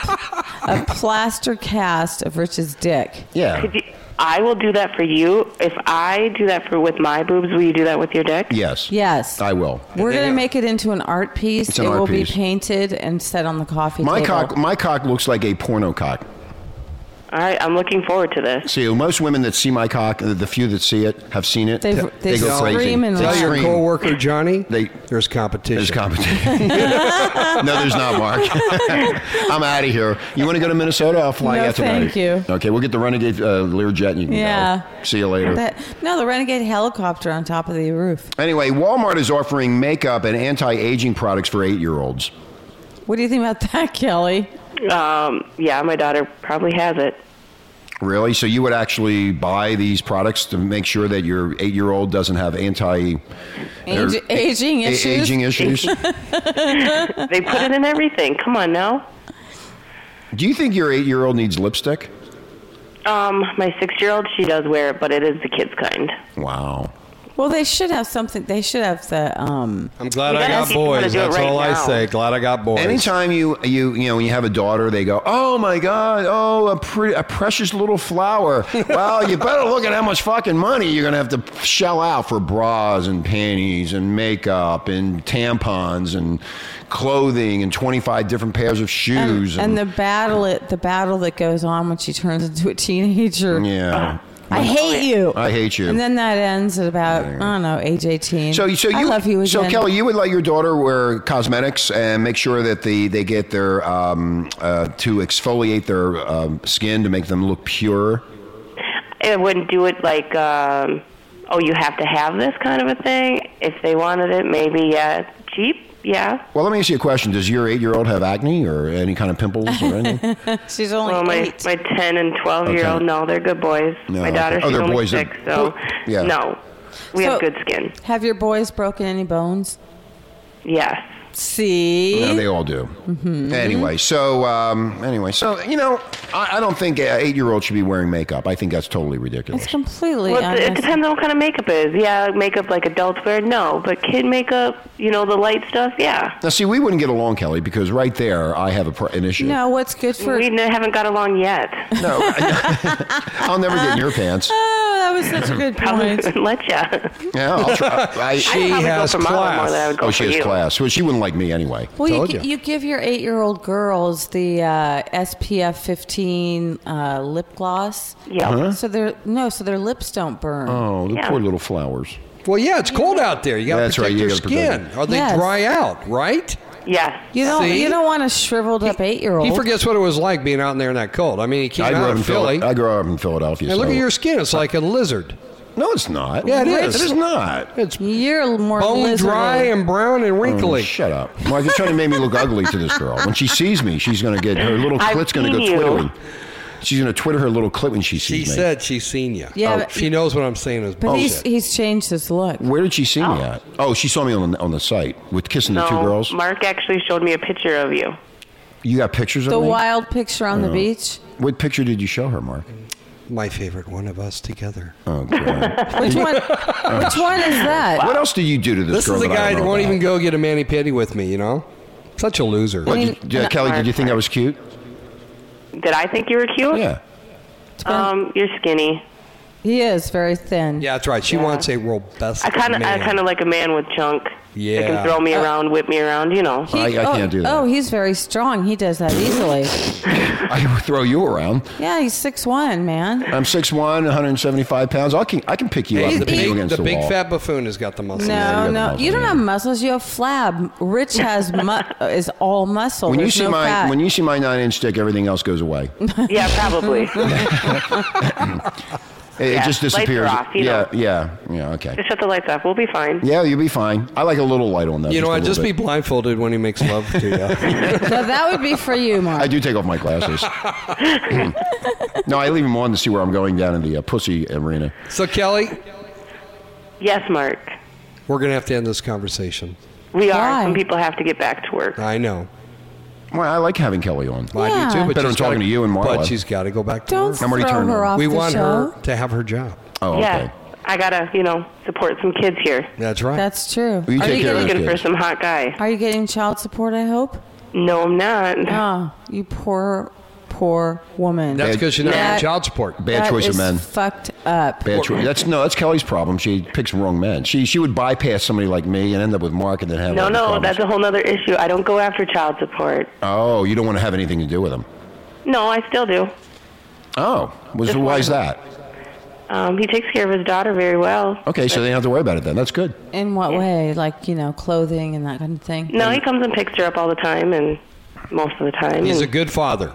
Speaker 7: a plaster cast of Rich's dick.
Speaker 6: Yeah.
Speaker 13: Could you, I will do that for you. If I do that for with my boobs, will you do that with your dick?
Speaker 6: Yes.
Speaker 7: Yes.
Speaker 6: I will.
Speaker 7: We're going to make it into an art piece.
Speaker 6: It's an
Speaker 7: it
Speaker 6: art
Speaker 7: will
Speaker 6: piece.
Speaker 7: be painted and set on the coffee
Speaker 6: My
Speaker 7: table.
Speaker 6: cock my cock looks like a porno cock.
Speaker 13: All right, I'm looking forward to this.
Speaker 6: See, most women that see my cock, the the few that see it, have seen it.
Speaker 13: They've-
Speaker 6: they
Speaker 13: they
Speaker 6: go crazy.
Speaker 13: scream and
Speaker 6: They
Speaker 13: laugh.
Speaker 8: Tell your
Speaker 6: scream.
Speaker 8: coworker Johnny.
Speaker 6: They,
Speaker 8: there's competition.
Speaker 6: There's competition. no, there's not, Mark. I'm out of here. You want to go to Minnesota? I'll fly
Speaker 7: No,
Speaker 6: you out tonight.
Speaker 7: thank you.
Speaker 6: Okay, we'll get the Renegade uh, Learjet and you can
Speaker 7: Yeah.
Speaker 6: go. See you later.
Speaker 7: That, no, the Renegade helicopter on top of the roof.
Speaker 6: Anyway, Walmart is offering makeup and anti-aging products for eight-year-olds.
Speaker 7: What do you think about that, Kelly?
Speaker 13: Um, yeah, my daughter probably has it.
Speaker 6: Really? So you would actually buy these products to make sure that your eight-year-old doesn't have anti
Speaker 7: Age-
Speaker 6: or-
Speaker 7: aging
Speaker 6: a-
Speaker 7: issues.
Speaker 6: Aging issues.
Speaker 13: they put it in everything. Come on now.
Speaker 6: Do you think your eight-year-old needs lipstick?
Speaker 13: Um, my six-year-old, she does wear it, but it is the kids' kind.
Speaker 6: Wow.
Speaker 7: Well, they should have something. They should have the. Um,
Speaker 8: I'm glad
Speaker 13: We
Speaker 8: I
Speaker 13: gotta
Speaker 8: got
Speaker 13: teach them how to
Speaker 8: boys.
Speaker 13: do it
Speaker 8: That's
Speaker 13: right
Speaker 8: all I
Speaker 13: now.
Speaker 8: say. Glad I got boys.
Speaker 6: Anytime you you you know when you have a daughter, they go, "Oh my God! Oh, a pre- a precious little flower. Wow, you better look at how much fucking money you're gonna have to shell out for bras and panties and makeup and tampons and clothing and 25 different pairs of shoes."
Speaker 7: and the battle, it the battle that goes on when she turns into a teenager.
Speaker 6: yeah,
Speaker 7: I hate you.
Speaker 6: I hate you.
Speaker 7: Oh. And then that ends at about I don't know age eighteen.
Speaker 6: so, so you,
Speaker 7: I love you again.
Speaker 6: so Kelly, you would let your daughter wear cosmetics and make sure that the, they get their um, uh, to exfoliate their um, skin to make them look pure.
Speaker 13: It wouldn't do it like, um, oh, you have to have this kind of a thing. If they wanted it, maybe yeah, cheap, yeah.
Speaker 6: Well, let me ask you a question. Does your eight-year-old have acne or any kind of pimples or anything?
Speaker 7: She's only
Speaker 13: well, my,
Speaker 7: eight.
Speaker 13: My ten and twelve year old,
Speaker 6: Okay.
Speaker 13: no, they're good boys.
Speaker 6: No,
Speaker 13: my
Speaker 6: okay.
Speaker 13: daughter,
Speaker 6: Oh,
Speaker 13: she's
Speaker 6: they're
Speaker 13: only
Speaker 6: boys. They're-
Speaker 13: six, so
Speaker 6: Yeah.
Speaker 13: no, we
Speaker 7: So-
Speaker 13: have good skin.
Speaker 7: Have your boys broken any bones?
Speaker 13: Yes.
Speaker 7: See.
Speaker 6: no, they all do.
Speaker 13: Mm-hmm.
Speaker 6: Anyway, so um, anyway, so you know, I, I don't think an eight-year-old should be wearing makeup. I think that's totally ridiculous.
Speaker 7: it's completely.
Speaker 13: Well, it- it
Speaker 7: unnecessary.
Speaker 13: depends on what kind of makeup it is. Yeah, makeup like adults wear, no, but kid makeup, you know, the light stuff, yeah.
Speaker 6: Now, see, we wouldn't get along, Kelly, because right there I have a pr- an issue.
Speaker 7: No, what's good for?
Speaker 13: We n- haven't got along yet.
Speaker 6: No, I'll never get in your pants.
Speaker 7: Oh, that was such a good
Speaker 13: Probably
Speaker 7: point.
Speaker 13: wouldn't let ya.
Speaker 6: Yeah, I'll try. I,
Speaker 8: She
Speaker 13: I would
Speaker 8: has
Speaker 13: go for Marla more than I
Speaker 8: class.
Speaker 13: would go
Speaker 6: oh,
Speaker 13: for
Speaker 6: she has
Speaker 13: you.
Speaker 6: class. Well, she wouldn't like me anyway.
Speaker 7: Well, you,
Speaker 6: Told
Speaker 7: gi-
Speaker 6: ya.
Speaker 7: you give your eight-year-old girls the uh, SPF 15 uh, lip gloss.
Speaker 13: Yeah.
Speaker 6: Huh?
Speaker 7: So their no, so their lips don't burn.
Speaker 6: Oh, the
Speaker 13: Yeah.
Speaker 6: poor little flowers.
Speaker 8: Well, yeah, it's cold out there. You got to
Speaker 6: That's right,
Speaker 8: protect
Speaker 6: you
Speaker 8: your
Speaker 6: gotta protect
Speaker 8: skin, or they
Speaker 7: Yes.
Speaker 8: dry out, right?
Speaker 13: Yes.
Speaker 7: You don't.
Speaker 8: See?
Speaker 7: You don't want a shriveled up eight-year-old.
Speaker 8: He forgets what it was like being out in there in that cold. I mean, he came
Speaker 6: I grew
Speaker 8: out
Speaker 6: up
Speaker 8: in
Speaker 6: in
Speaker 8: Philly.
Speaker 6: Phila- I grew up in Philadelphia.
Speaker 8: and look
Speaker 6: so-
Speaker 8: at your skin; it's like a lizard.
Speaker 6: No, it's not.
Speaker 8: Yeah, it
Speaker 6: It
Speaker 8: is.
Speaker 6: is not.
Speaker 8: It's
Speaker 7: You're more
Speaker 8: bone
Speaker 7: lizard-y.
Speaker 8: dry and brown and
Speaker 6: Oh,
Speaker 8: wrinkly.
Speaker 6: shut up. Mark, you're trying to make me look ugly to this girl. When she sees me, she's going to get her little
Speaker 13: I've
Speaker 6: clit's going to go
Speaker 13: seen you.
Speaker 6: twittering. She's going to twitter her little clit when she
Speaker 8: she
Speaker 6: sees me. oh,
Speaker 8: said she's seen you.
Speaker 7: Yeah,
Speaker 8: Oh,
Speaker 7: but-
Speaker 8: she knows what I'm saying is
Speaker 7: But he's
Speaker 8: bullshit.
Speaker 7: he's changed his look.
Speaker 6: Where did she see me at? Oh, she saw me on the, on the site with kissing the two
Speaker 13: No,
Speaker 6: girls.
Speaker 13: Um, Mark actually showed me a picture of you.
Speaker 6: You got pictures of
Speaker 7: The
Speaker 6: me?
Speaker 7: wild picture on the beach.
Speaker 6: What picture did you show her, Mark?
Speaker 8: My favorite one of us together.
Speaker 6: Oh, God.
Speaker 7: Which one? which one is that?
Speaker 6: what else did you do to this,
Speaker 8: This
Speaker 6: girl?
Speaker 8: is the
Speaker 6: I
Speaker 8: guy
Speaker 6: don't
Speaker 8: that
Speaker 6: know
Speaker 8: won't
Speaker 6: about?
Speaker 8: even go get a mani pedi with me. You know, such a loser.
Speaker 6: What,
Speaker 7: I mean,
Speaker 6: did, yeah, Kelly, did you think I was cute?
Speaker 13: Did I think you were cute?
Speaker 6: Yeah.
Speaker 13: Um, you're skinny.
Speaker 7: He is very thin.
Speaker 8: Yeah, that's right. She wants a world best.
Speaker 13: I kind of, I
Speaker 8: man.
Speaker 13: kind of like a man with chunk. They
Speaker 8: Yeah.
Speaker 13: can throw
Speaker 7: Uh,
Speaker 13: me around, whip me around. You know.
Speaker 7: He-
Speaker 6: I- I
Speaker 7: oh,
Speaker 6: can't do that.
Speaker 7: Oh, he's very strong. He does that easily.
Speaker 6: I would throw you around.
Speaker 7: yeah, he's six one, man.
Speaker 6: I'm 6'1", 175 pounds. I can, I can pick you
Speaker 8: Hey,
Speaker 6: up
Speaker 8: the
Speaker 6: and pin you
Speaker 8: big,
Speaker 6: against
Speaker 8: the
Speaker 6: the,
Speaker 8: big
Speaker 6: wall.
Speaker 8: fat buffoon has got the muscles.
Speaker 7: No,
Speaker 6: got
Speaker 7: no,
Speaker 6: muscles,
Speaker 7: you don't
Speaker 6: yeah.
Speaker 7: have muscles. You have flab. Rich has mu- is all muscle.
Speaker 6: when you
Speaker 7: Oh, There's
Speaker 6: see
Speaker 7: no
Speaker 6: my
Speaker 7: fat.
Speaker 6: when you see my nine inch dick, everything else goes away. It,
Speaker 13: Yeah, probably.
Speaker 6: it
Speaker 13: Yeah,
Speaker 6: just
Speaker 13: lights are
Speaker 6: disappears.
Speaker 13: off, you
Speaker 6: yeah,
Speaker 13: know.
Speaker 6: yeah, yeah. Okay.
Speaker 13: Just shut the lights off. We'll be fine.
Speaker 6: Yeah, you'll be fine. I like a little light on that.
Speaker 8: You know,
Speaker 6: a
Speaker 8: I'd just
Speaker 6: little
Speaker 8: be
Speaker 6: bit.
Speaker 8: blindfolded when he makes love to you.
Speaker 7: so that would be for you, Mark.
Speaker 6: I do take off my glasses. no, I leave them on to see where I'm going down in the uh, pussy arena.
Speaker 8: so, Kelly,
Speaker 13: Yes, Mark.
Speaker 8: we're going to have to end this conversation.
Speaker 13: We are.
Speaker 7: Why?
Speaker 13: Some people have to get back to work.
Speaker 8: I know.
Speaker 6: Well, I like having Kelly on.
Speaker 8: Well, I do
Speaker 7: Yeah.
Speaker 8: too, but
Speaker 6: Better than
Speaker 8: she's
Speaker 6: talking
Speaker 8: gotta-
Speaker 6: to you and Marla.
Speaker 8: But she's got to go back to
Speaker 7: Don't
Speaker 8: work.
Speaker 7: throw
Speaker 6: I'm already turning
Speaker 7: her
Speaker 6: around.
Speaker 7: off
Speaker 8: We
Speaker 7: the
Speaker 8: want
Speaker 7: show.
Speaker 8: her to have her job.
Speaker 6: Oh, okay.
Speaker 13: yeah. I gotta, you know, support some kids here.
Speaker 8: That's right.
Speaker 7: That's true.
Speaker 6: Will you
Speaker 7: are,
Speaker 6: take
Speaker 7: you
Speaker 6: care of
Speaker 7: getting,
Speaker 6: it?
Speaker 13: Looking for
Speaker 6: kids.
Speaker 13: some hot guy.
Speaker 7: are you getting child support? I hope.
Speaker 13: No, I'm not.
Speaker 7: Oh, you poor, poor woman.
Speaker 8: That's because she doesn't
Speaker 7: That-
Speaker 8: have child support.
Speaker 6: Bad
Speaker 7: That
Speaker 6: choice of
Speaker 7: is
Speaker 6: men.
Speaker 7: Fucked up.
Speaker 6: Bad choice. That's no. That's Kelly's problem. She picks wrong men. She she would bypass somebody like me and end up with Mark and then have
Speaker 13: No,
Speaker 6: all the
Speaker 13: no,
Speaker 6: problems.
Speaker 13: that's a whole nother issue. I don't go after child support.
Speaker 6: Oh, you don't want to have anything to do with him.
Speaker 13: No, I still do.
Speaker 6: Oh, was,
Speaker 13: Just
Speaker 6: why is
Speaker 13: one.
Speaker 6: that?
Speaker 13: Um, he takes care of his daughter very well.
Speaker 6: Okay, so they don't have to worry about it then. That's good.
Speaker 7: In what
Speaker 6: Mm.
Speaker 7: way? Like, you know, clothing and that kind of thing?
Speaker 13: No, he comes and picks her up all the time and most of the time.
Speaker 8: He's a
Speaker 13: and
Speaker 8: good father.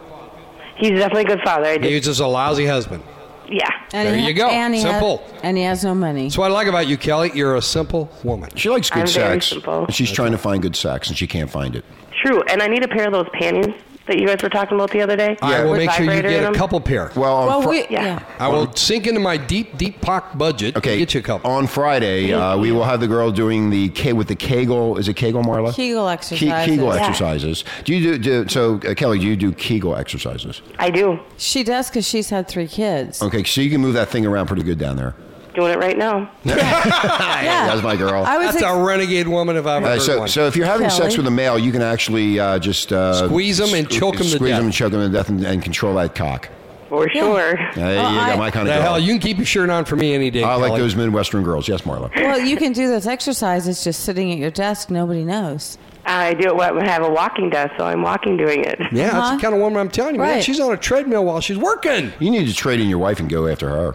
Speaker 13: he's definitely a good father. I
Speaker 8: He's
Speaker 13: just,
Speaker 8: just a lousy husband.
Speaker 13: yeah.
Speaker 7: And
Speaker 8: There
Speaker 7: he-
Speaker 8: you go.
Speaker 7: and he has-
Speaker 8: Simple.
Speaker 7: and he has no money.
Speaker 8: That's what I like about you, Kelly. You're a simple woman.
Speaker 6: She likes good sex. And she's trying to find good sex and she can't find it.
Speaker 13: True. And I need a pair of those panties that you guys were talking about the other day.
Speaker 8: I will
Speaker 13: With
Speaker 8: make sure you
Speaker 13: vibrator in
Speaker 8: get a
Speaker 13: them.
Speaker 8: couple pair.
Speaker 6: Well, on Fri-
Speaker 13: yeah.
Speaker 8: I will sink into my deep, deep pock budget.
Speaker 6: Okay. Get you a couple. On Friday, uh, we will have the girl doing the K with the Kegel. Is it Kegel, Marla?
Speaker 7: Kegel
Speaker 6: Ke-
Speaker 7: exercises.
Speaker 6: Kegel exercises. Do you do, do so, uh, Kelly? Do you do Kegel exercises?
Speaker 13: I do.
Speaker 7: She does because she's had three kids.
Speaker 6: Okay, so you can move that thing around pretty good down there.
Speaker 13: Doing it right now.
Speaker 6: That's my girl.
Speaker 7: I was
Speaker 8: That's a renegade woman if I've ever
Speaker 6: Uh,
Speaker 8: heard
Speaker 6: so,
Speaker 8: one.
Speaker 6: so if you're having sex
Speaker 7: Kelly.
Speaker 6: with a male, you can actually uh, just uh,
Speaker 8: Squeeze 'em and
Speaker 6: sque-
Speaker 8: choke 'em to
Speaker 6: Squeeze
Speaker 8: death.
Speaker 6: them and choke them to death and, and control that cock.
Speaker 13: For sure.
Speaker 6: Hey, you got my kind
Speaker 8: the
Speaker 6: of girl.
Speaker 8: hell, you can keep your shirt on for me any day.
Speaker 6: I like
Speaker 8: Kelly.
Speaker 6: those Midwestern girls. Yes, Marla.
Speaker 7: Well, you can do this exercise. It's just sitting at your desk. Nobody knows.
Speaker 13: I do it. when I have a walking desk, so I'm walking doing it.
Speaker 8: Yeah, that's the kind of woman I'm telling you. man.
Speaker 13: Uh-huh. Right.
Speaker 8: She's on a treadmill while she's working.
Speaker 6: You need to trade in your wife and go after her.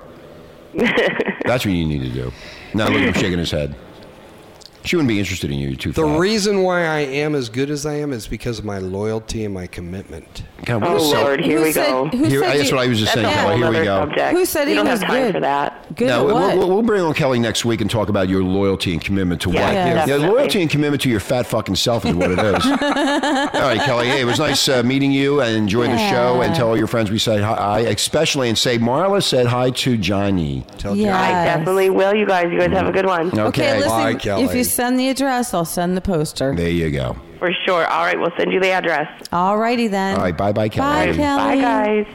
Speaker 6: That's what you need to do. Now look at him shaking his head. She wouldn't be interested in you. You're too
Speaker 8: The
Speaker 6: fat.
Speaker 8: reason why I am as good as I am is because of my loyalty and my commitment.
Speaker 6: God,
Speaker 13: Oh,
Speaker 6: what a sell-
Speaker 13: here we go.
Speaker 6: Here- that's what I was just saying.
Speaker 13: That's a
Speaker 6: Kelly.
Speaker 13: whole
Speaker 6: Here we
Speaker 13: other
Speaker 6: go.
Speaker 13: subject.
Speaker 7: Who said
Speaker 13: we
Speaker 7: he
Speaker 13: don't
Speaker 7: was
Speaker 13: have time
Speaker 7: good?
Speaker 13: for that?
Speaker 7: Good
Speaker 6: Now,
Speaker 7: at
Speaker 6: we'll-
Speaker 7: what?
Speaker 6: We'll, we'll bring on Kelly next week and talk about your loyalty and commitment to
Speaker 13: Yeah,
Speaker 6: what.
Speaker 13: yeah, definitely.
Speaker 6: loyalty and commitment to your fat fucking self is what it is. all right, Kelly. Hey, it was nice uh, meeting you and enjoy the show and tell all your friends we said hi, especially and say Marla said hi to Johnny. Tell
Speaker 13: I definitely will. You guys, you guys have a good one.
Speaker 7: Okay, listen.
Speaker 6: Bye, Kelly.
Speaker 7: If you send the address, I'll send the poster.
Speaker 6: There you go.
Speaker 13: For sure. All right, we'll send you the address.
Speaker 7: Alrighty then.
Speaker 6: All right, bye bye, Kelly.
Speaker 7: Bye, Kelly.
Speaker 13: Bye, guys.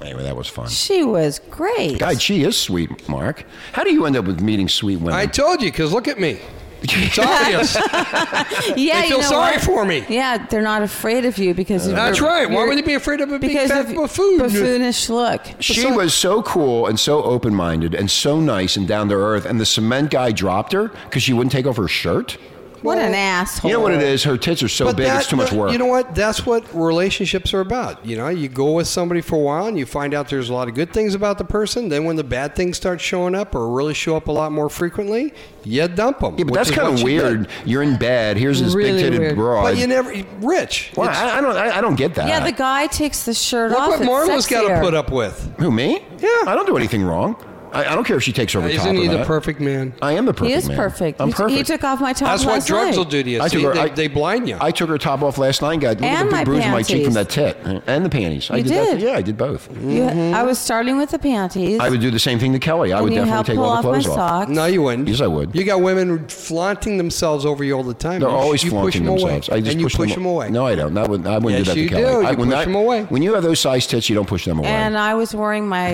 Speaker 6: Anyway, that was fun.
Speaker 7: She was great.
Speaker 6: God, she is sweet, Mark. How do you end up with meeting sweet women?
Speaker 8: I told you, because look at me. It's obvious.
Speaker 7: yeah,
Speaker 8: They
Speaker 7: you
Speaker 8: feel
Speaker 7: know
Speaker 8: sorry
Speaker 7: what?
Speaker 8: for me.
Speaker 7: Yeah, they're not afraid of you because of
Speaker 8: That's
Speaker 7: your-
Speaker 8: right. Why
Speaker 7: your-
Speaker 8: would you be afraid of a big
Speaker 7: because
Speaker 8: fat
Speaker 7: of
Speaker 8: buffoon?
Speaker 7: buffoonish look?
Speaker 6: She was so cool and so open minded and so nice and down to earth. And the cement guy dropped her because she wouldn't take off her shirt.
Speaker 7: What an asshole.
Speaker 6: You know what it is? Her tits are so big, it's too much work.
Speaker 8: You know what? That's what relationships are about. You know, you go with somebody for a while and you find out there's a lot of good things about the person. Then when the bad things start showing up or really show up a lot more frequently, you dump them.
Speaker 6: yeah, but that's kind of weird. You're in bed. Here's this
Speaker 8: Really
Speaker 6: big titted
Speaker 8: weird.
Speaker 6: broad.
Speaker 8: But you never, rich.
Speaker 6: Well,
Speaker 8: it's-
Speaker 6: I, I don't. I, I don't get that.
Speaker 7: Yeah, the guy takes the shirt
Speaker 8: Look what
Speaker 7: off. It's
Speaker 8: Marla's got to
Speaker 7: sexier.
Speaker 8: put up with.
Speaker 6: Who me? Yeah, I don't do anything wrong. I, I don't care if she takes over top.
Speaker 8: Isn't
Speaker 6: or
Speaker 8: he the
Speaker 6: not.
Speaker 8: perfect man?
Speaker 6: I am the perfect.
Speaker 7: He is
Speaker 6: man.
Speaker 7: perfect.
Speaker 6: I'm
Speaker 7: He-
Speaker 6: perfect.
Speaker 7: He took off my top
Speaker 8: That's what
Speaker 7: last
Speaker 8: drugs
Speaker 7: night.
Speaker 8: will do to you.
Speaker 6: I
Speaker 8: See,
Speaker 6: took her-
Speaker 8: they,
Speaker 6: I-
Speaker 8: they blind you.
Speaker 6: I took her top off last night. Got look at
Speaker 7: And
Speaker 6: the
Speaker 7: my
Speaker 6: big bruise on my cheek
Speaker 7: panties.
Speaker 6: from that tit and the panties. I
Speaker 7: You
Speaker 6: did. That,
Speaker 7: did.
Speaker 6: yeah, I did both.
Speaker 7: You- I was starting with the panties.
Speaker 6: I would do the same thing to Kelly. I
Speaker 7: And
Speaker 6: would
Speaker 7: you helped
Speaker 6: definitely take
Speaker 7: pull
Speaker 6: all the
Speaker 7: off my
Speaker 6: clothes
Speaker 7: socks.
Speaker 8: no, you wouldn't.
Speaker 6: Yes, I would.
Speaker 8: You got women flaunting themselves over you all the time.
Speaker 6: They're
Speaker 8: You-
Speaker 6: always
Speaker 8: you push
Speaker 6: flaunting
Speaker 8: 'em away.
Speaker 6: themselves. I just
Speaker 8: and you push
Speaker 6: them
Speaker 8: them away.
Speaker 6: No, I don't. Not when, I wouldn't
Speaker 8: Yes,
Speaker 6: do
Speaker 8: you
Speaker 6: that to Kelly.
Speaker 8: do.
Speaker 6: I,
Speaker 8: You
Speaker 6: when
Speaker 8: push
Speaker 6: I-
Speaker 8: 'em away.
Speaker 6: When you have those size tits, you don't push them away.
Speaker 7: and I was wearing my,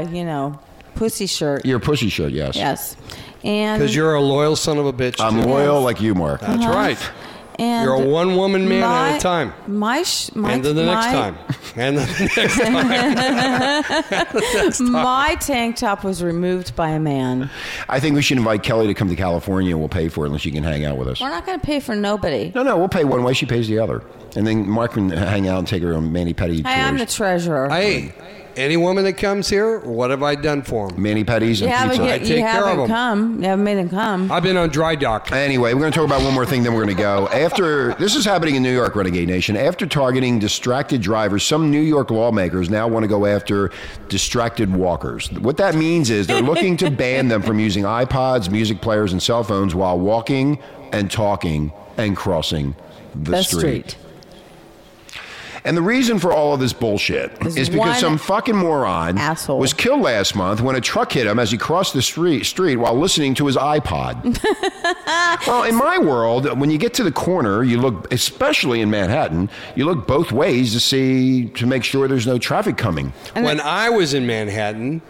Speaker 7: uh, you know, pussy shirt.
Speaker 6: Your pussy shirt, yes.
Speaker 7: Yes. And
Speaker 8: Because you're a loyal son of a bitch.
Speaker 6: I'm
Speaker 8: too.
Speaker 6: loyal like you, Mark.
Speaker 7: Uh-huh.
Speaker 8: That's right.
Speaker 7: and
Speaker 8: You're a one woman man at
Speaker 7: my-
Speaker 8: a time.
Speaker 7: My, sh- my
Speaker 8: and then the next
Speaker 7: my-
Speaker 8: time. And then the next time.
Speaker 7: my tank top was removed by a man.
Speaker 6: I think we should invite Kelly to come to California and we'll pay for it unless she can hang out with us.
Speaker 7: We're not going to pay for nobody.
Speaker 6: No, no, we'll pay one way, she pays the other. And then Mark can hang out and take her on Manny Petty
Speaker 7: Hey, I'm the
Speaker 6: tours.
Speaker 7: treasurer.
Speaker 8: hey, any woman that comes here, what have I done for them?
Speaker 6: Manny Petties
Speaker 7: you
Speaker 6: and
Speaker 7: haven't,
Speaker 6: pizza.
Speaker 7: get-
Speaker 8: I
Speaker 7: you
Speaker 8: take care of
Speaker 7: haven't
Speaker 8: 'em.
Speaker 7: come. You haven't made him come.
Speaker 8: I've been on dry dock.
Speaker 6: Anyway, we're going to talk about one more thing, then we're going to go. After this is happening in New York, Renegade Nation, after targeting distracted drivers, some New York lawmakers now want to go after distracted walkers. What that means is they're looking to ban them from using iPods, music players, and cell phones while walking and talking and crossing the,
Speaker 7: The
Speaker 6: street. And the reason for all of this bullshit
Speaker 7: This
Speaker 6: is because
Speaker 7: one
Speaker 6: some fucking moron
Speaker 7: asshole.
Speaker 6: was killed last month when a truck hit him as he crossed the street, street while listening to his iPod. well, in my world, when you get to the corner, you look, especially in Manhattan, you look both ways to see to make sure there's no traffic coming.
Speaker 7: And
Speaker 8: when I was in Manhattan,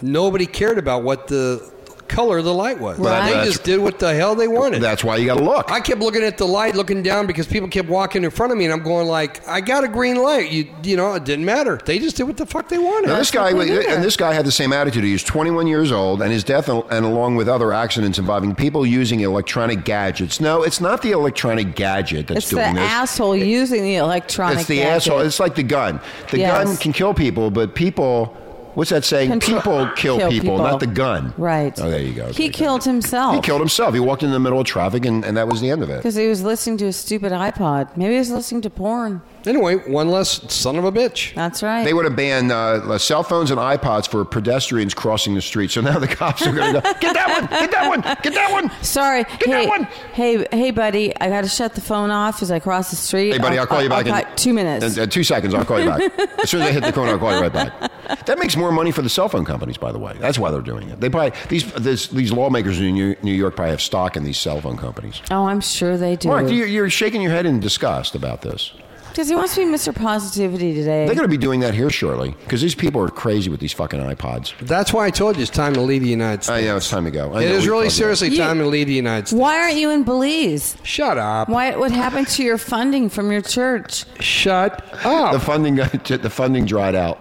Speaker 8: nobody cared about what the color the light was.
Speaker 6: But I-
Speaker 8: They
Speaker 6: that's-
Speaker 8: just did what the hell they wanted.
Speaker 6: That's why you got to look.
Speaker 8: I kept looking at the light, looking down because people kept walking in front of me, and I'm going like, I got a green light. You, you know, it didn't matter. They just did what the fuck they wanted.
Speaker 6: Now this guy, and this guy had the same attitude. He was 21 years old, and his death, and along with other accidents involving people using electronic gadgets. No, it's not the electronic gadget that's
Speaker 7: it's the
Speaker 6: doing this.
Speaker 7: asshole using the electronic.
Speaker 6: it's the
Speaker 7: gadget.
Speaker 6: asshole. It's like the gun. The
Speaker 7: Yes.
Speaker 6: gun can kill people, but people. What's that saying?
Speaker 7: Control-
Speaker 6: people kill,
Speaker 7: kill
Speaker 6: people,
Speaker 7: people.
Speaker 6: not the gun.
Speaker 7: Right. Oh.
Speaker 6: Oh, there you go.
Speaker 7: He killed himself.
Speaker 6: He killed himself. He walked in the middle of traffic, and, and that was the end of it.
Speaker 7: Because he was listening to a stupid iPod. Maybe he was listening to porn.
Speaker 8: Anyway, one less son of a bitch.
Speaker 7: That's right.
Speaker 6: They would have banned uh, cell phones and iPods for pedestrians crossing the street. So now the cops are going to go, get that one, get that one, get that one.
Speaker 7: Sorry. hey, hey, hey, buddy. I got to shut the phone off as I cross the street.
Speaker 6: Hey, buddy, I'll, call you back
Speaker 7: I'll
Speaker 6: in
Speaker 7: cut two minutes.
Speaker 6: In, in two seconds, I'll call you back. as soon as I hit the corner, I'll call you right back. That makes more money for the cell phone companies, by the way. That's why they're doing it. They probably these this, these lawmakers in New New York probably have stock in these cell phone companies.
Speaker 7: oh, I'm sure they do.
Speaker 6: Mark, you, you're shaking your head in disgust about this.
Speaker 7: Because he wants to be Mr. Positivity today.
Speaker 6: They're going to be doing that here shortly because these people are crazy with these fucking iPods.
Speaker 8: That's why I told you it's time to leave the United States.
Speaker 6: I know it's time to go. I
Speaker 8: It
Speaker 6: know,
Speaker 8: is
Speaker 6: we
Speaker 8: really
Speaker 6: fucked up.
Speaker 8: seriously
Speaker 7: You-
Speaker 8: time to leave the United States.
Speaker 7: Why aren't you in Belize?
Speaker 8: Shut up.
Speaker 7: Why? What happened to your funding from your church?
Speaker 8: Shut up.
Speaker 6: The funding got, the funding dried out.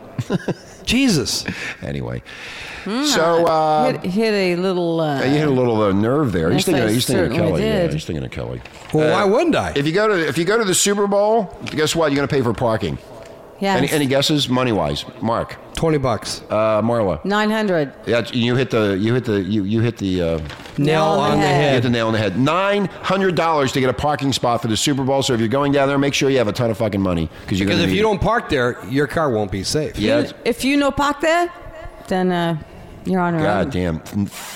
Speaker 8: Jesus.
Speaker 6: Anyway,
Speaker 8: Um,
Speaker 6: so uh,
Speaker 7: Hmm. hit, hit a little. Uh,
Speaker 6: you hit a little uh, nerve there. He's
Speaker 7: Yes,
Speaker 6: thinking,
Speaker 7: I
Speaker 6: he's thinking of
Speaker 7: certainly
Speaker 6: Kelly. Yeah,
Speaker 7: did.
Speaker 6: he's thinking of Kelly.
Speaker 8: Well, why wouldn't I?
Speaker 6: If you go to if you go to the Super Bowl, guess what? You're going to pay for parking.
Speaker 7: yes.
Speaker 6: Any, any guesses, money wise, Mark?
Speaker 8: 20 bucks.
Speaker 6: Uh, Marla.
Speaker 7: 900.
Speaker 6: Yeah, you hit the you hit the you, you hit the uh,
Speaker 8: Nail on the
Speaker 6: you hit
Speaker 8: head.
Speaker 6: the nail on the head. Nine hundred dollars to get a parking spot for the Super Bowl. So if you're going down there, make sure you have a ton of fucking money because you're
Speaker 8: Because if
Speaker 6: gonna need
Speaker 8: you
Speaker 6: it.
Speaker 8: don't park there, your car won't be safe.
Speaker 6: yeah, it's-
Speaker 7: If you know park there, then uh, you're on your
Speaker 6: God damn,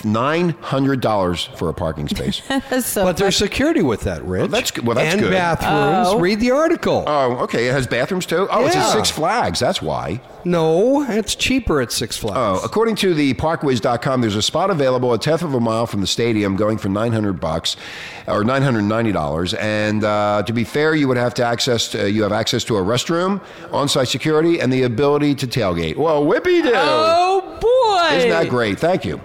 Speaker 6: nine hundred dollars for a parking space.
Speaker 7: own. That's so
Speaker 8: But there's security with that, Rich.
Speaker 6: Well, that's good. Well, that's
Speaker 8: and
Speaker 6: good.
Speaker 8: bathrooms.
Speaker 7: Oh.
Speaker 8: Read the article.
Speaker 6: Oh, okay. It has bathrooms too. Oh, it's at
Speaker 8: Yeah.
Speaker 6: Six Flags. That's why.
Speaker 8: no, it's cheaper at Six
Speaker 6: Oh,
Speaker 8: Flags.
Speaker 6: according to the parkwiz.com, there's a spot available a tenth of a mile from the stadium going for 900 bucks or $990. And uh, to be fair, you would have to access, to, you have access to a restroom, on site security, and the ability to tailgate. Well, whippy do.
Speaker 7: Oh boy!
Speaker 6: Isn't that great? Thank you.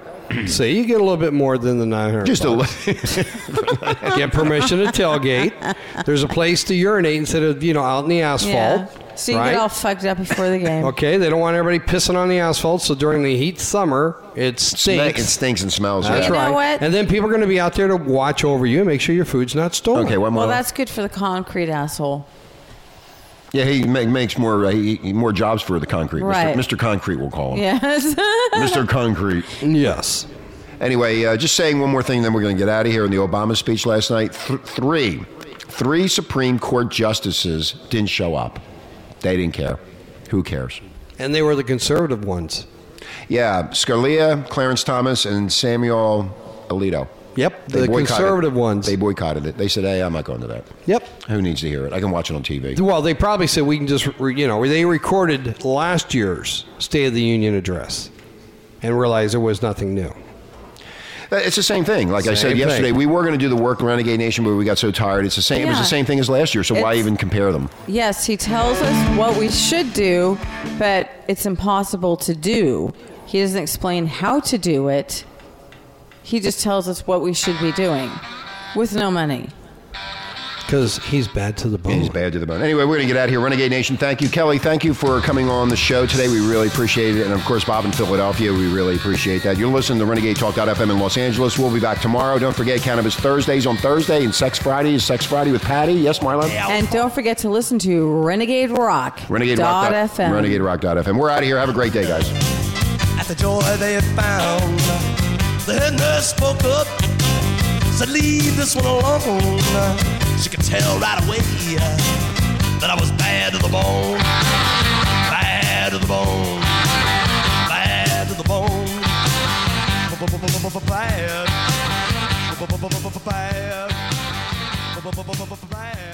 Speaker 8: So you get a little bit more than the 900.
Speaker 6: Just a
Speaker 8: bucks.
Speaker 6: li-
Speaker 8: get permission to tailgate. There's a place to urinate instead of you know out in the asphalt.
Speaker 7: Yeah. So you
Speaker 8: right?
Speaker 7: get all fucked up before the game.
Speaker 8: Okay, they don't want everybody pissing on the asphalt, so during the heat summer, it
Speaker 6: Sna- it
Speaker 8: stinks.
Speaker 6: stinks and smells.
Speaker 8: That's
Speaker 6: yeah.
Speaker 7: You know
Speaker 8: right.
Speaker 7: what?
Speaker 8: And then people are going to be out there to watch over you and make sure your food's not stolen.
Speaker 6: Okay, one more.
Speaker 7: Well, that's good for the concrete asshole.
Speaker 6: yeah, he ma- makes more uh, he, he- more jobs for the concrete.
Speaker 7: Right.
Speaker 6: Mr. Mr. Concrete, we'll call him.
Speaker 7: Yes.
Speaker 6: Mr. Concrete.
Speaker 8: Yes.
Speaker 6: Anyway, uh, just saying one more thing, then we're going to get out of here. In the Obama speech last night, th- three, three Supreme Court justices didn't show up. They didn't care. Who cares?
Speaker 8: And they were the conservative ones.
Speaker 6: Yeah, Scalia, Clarence Thomas, and Samuel Alito.
Speaker 8: Yep,
Speaker 6: They
Speaker 8: the
Speaker 6: boycotted-
Speaker 8: conservative ones.
Speaker 6: They boycotted it. They said, "Hey, I'm not going to that."
Speaker 8: yep.
Speaker 6: Who needs to hear it? I can watch it on TV.
Speaker 8: Well, they probably said we can just, re- you know, they recorded last year's State of the Union address and realized there was nothing new.
Speaker 6: Uh, It's the same thing. Like I
Speaker 8: Same
Speaker 6: said
Speaker 8: thing.
Speaker 6: yesterday, we were going to do the work Renegade Nation, but we got so tired. It's the same. It was the
Speaker 7: Yeah.
Speaker 6: same thing as last year. So why
Speaker 7: It's-
Speaker 6: even compare them?
Speaker 7: yes, he tells us what we should do, but it's impossible to do. He doesn't explain how to do it. He just tells us what we should be doing with no money.
Speaker 8: Because he's bad to the bone.
Speaker 6: He's bad to the bone. Anyway, we're going to get out of here. Renegade Nation, thank you. Kelly, thank you for coming on the show today. We really appreciate it. And of course, Bob in Philadelphia, we really appreciate that. You're listening to Renegade Talk.fm in Los Angeles. We'll be back tomorrow. Don't forget, Cannabis Thursdays on Thursday and Sex Friday is Sex Friday with Patty. Yes, Marla?
Speaker 7: And don't forget to listen to Renegade Rock.
Speaker 6: Renegade
Speaker 7: dot
Speaker 6: Rock.
Speaker 7: FM.
Speaker 6: Renegade Rock.fm. We're out of here. Have a great day, guys.
Speaker 10: at the joy they had found. The head nurse spoke up, said, Leave this one alone. She could tell right away that I was bad to the bone. Bad to the bone. Bad to the bone. Bad. Bad. Bad.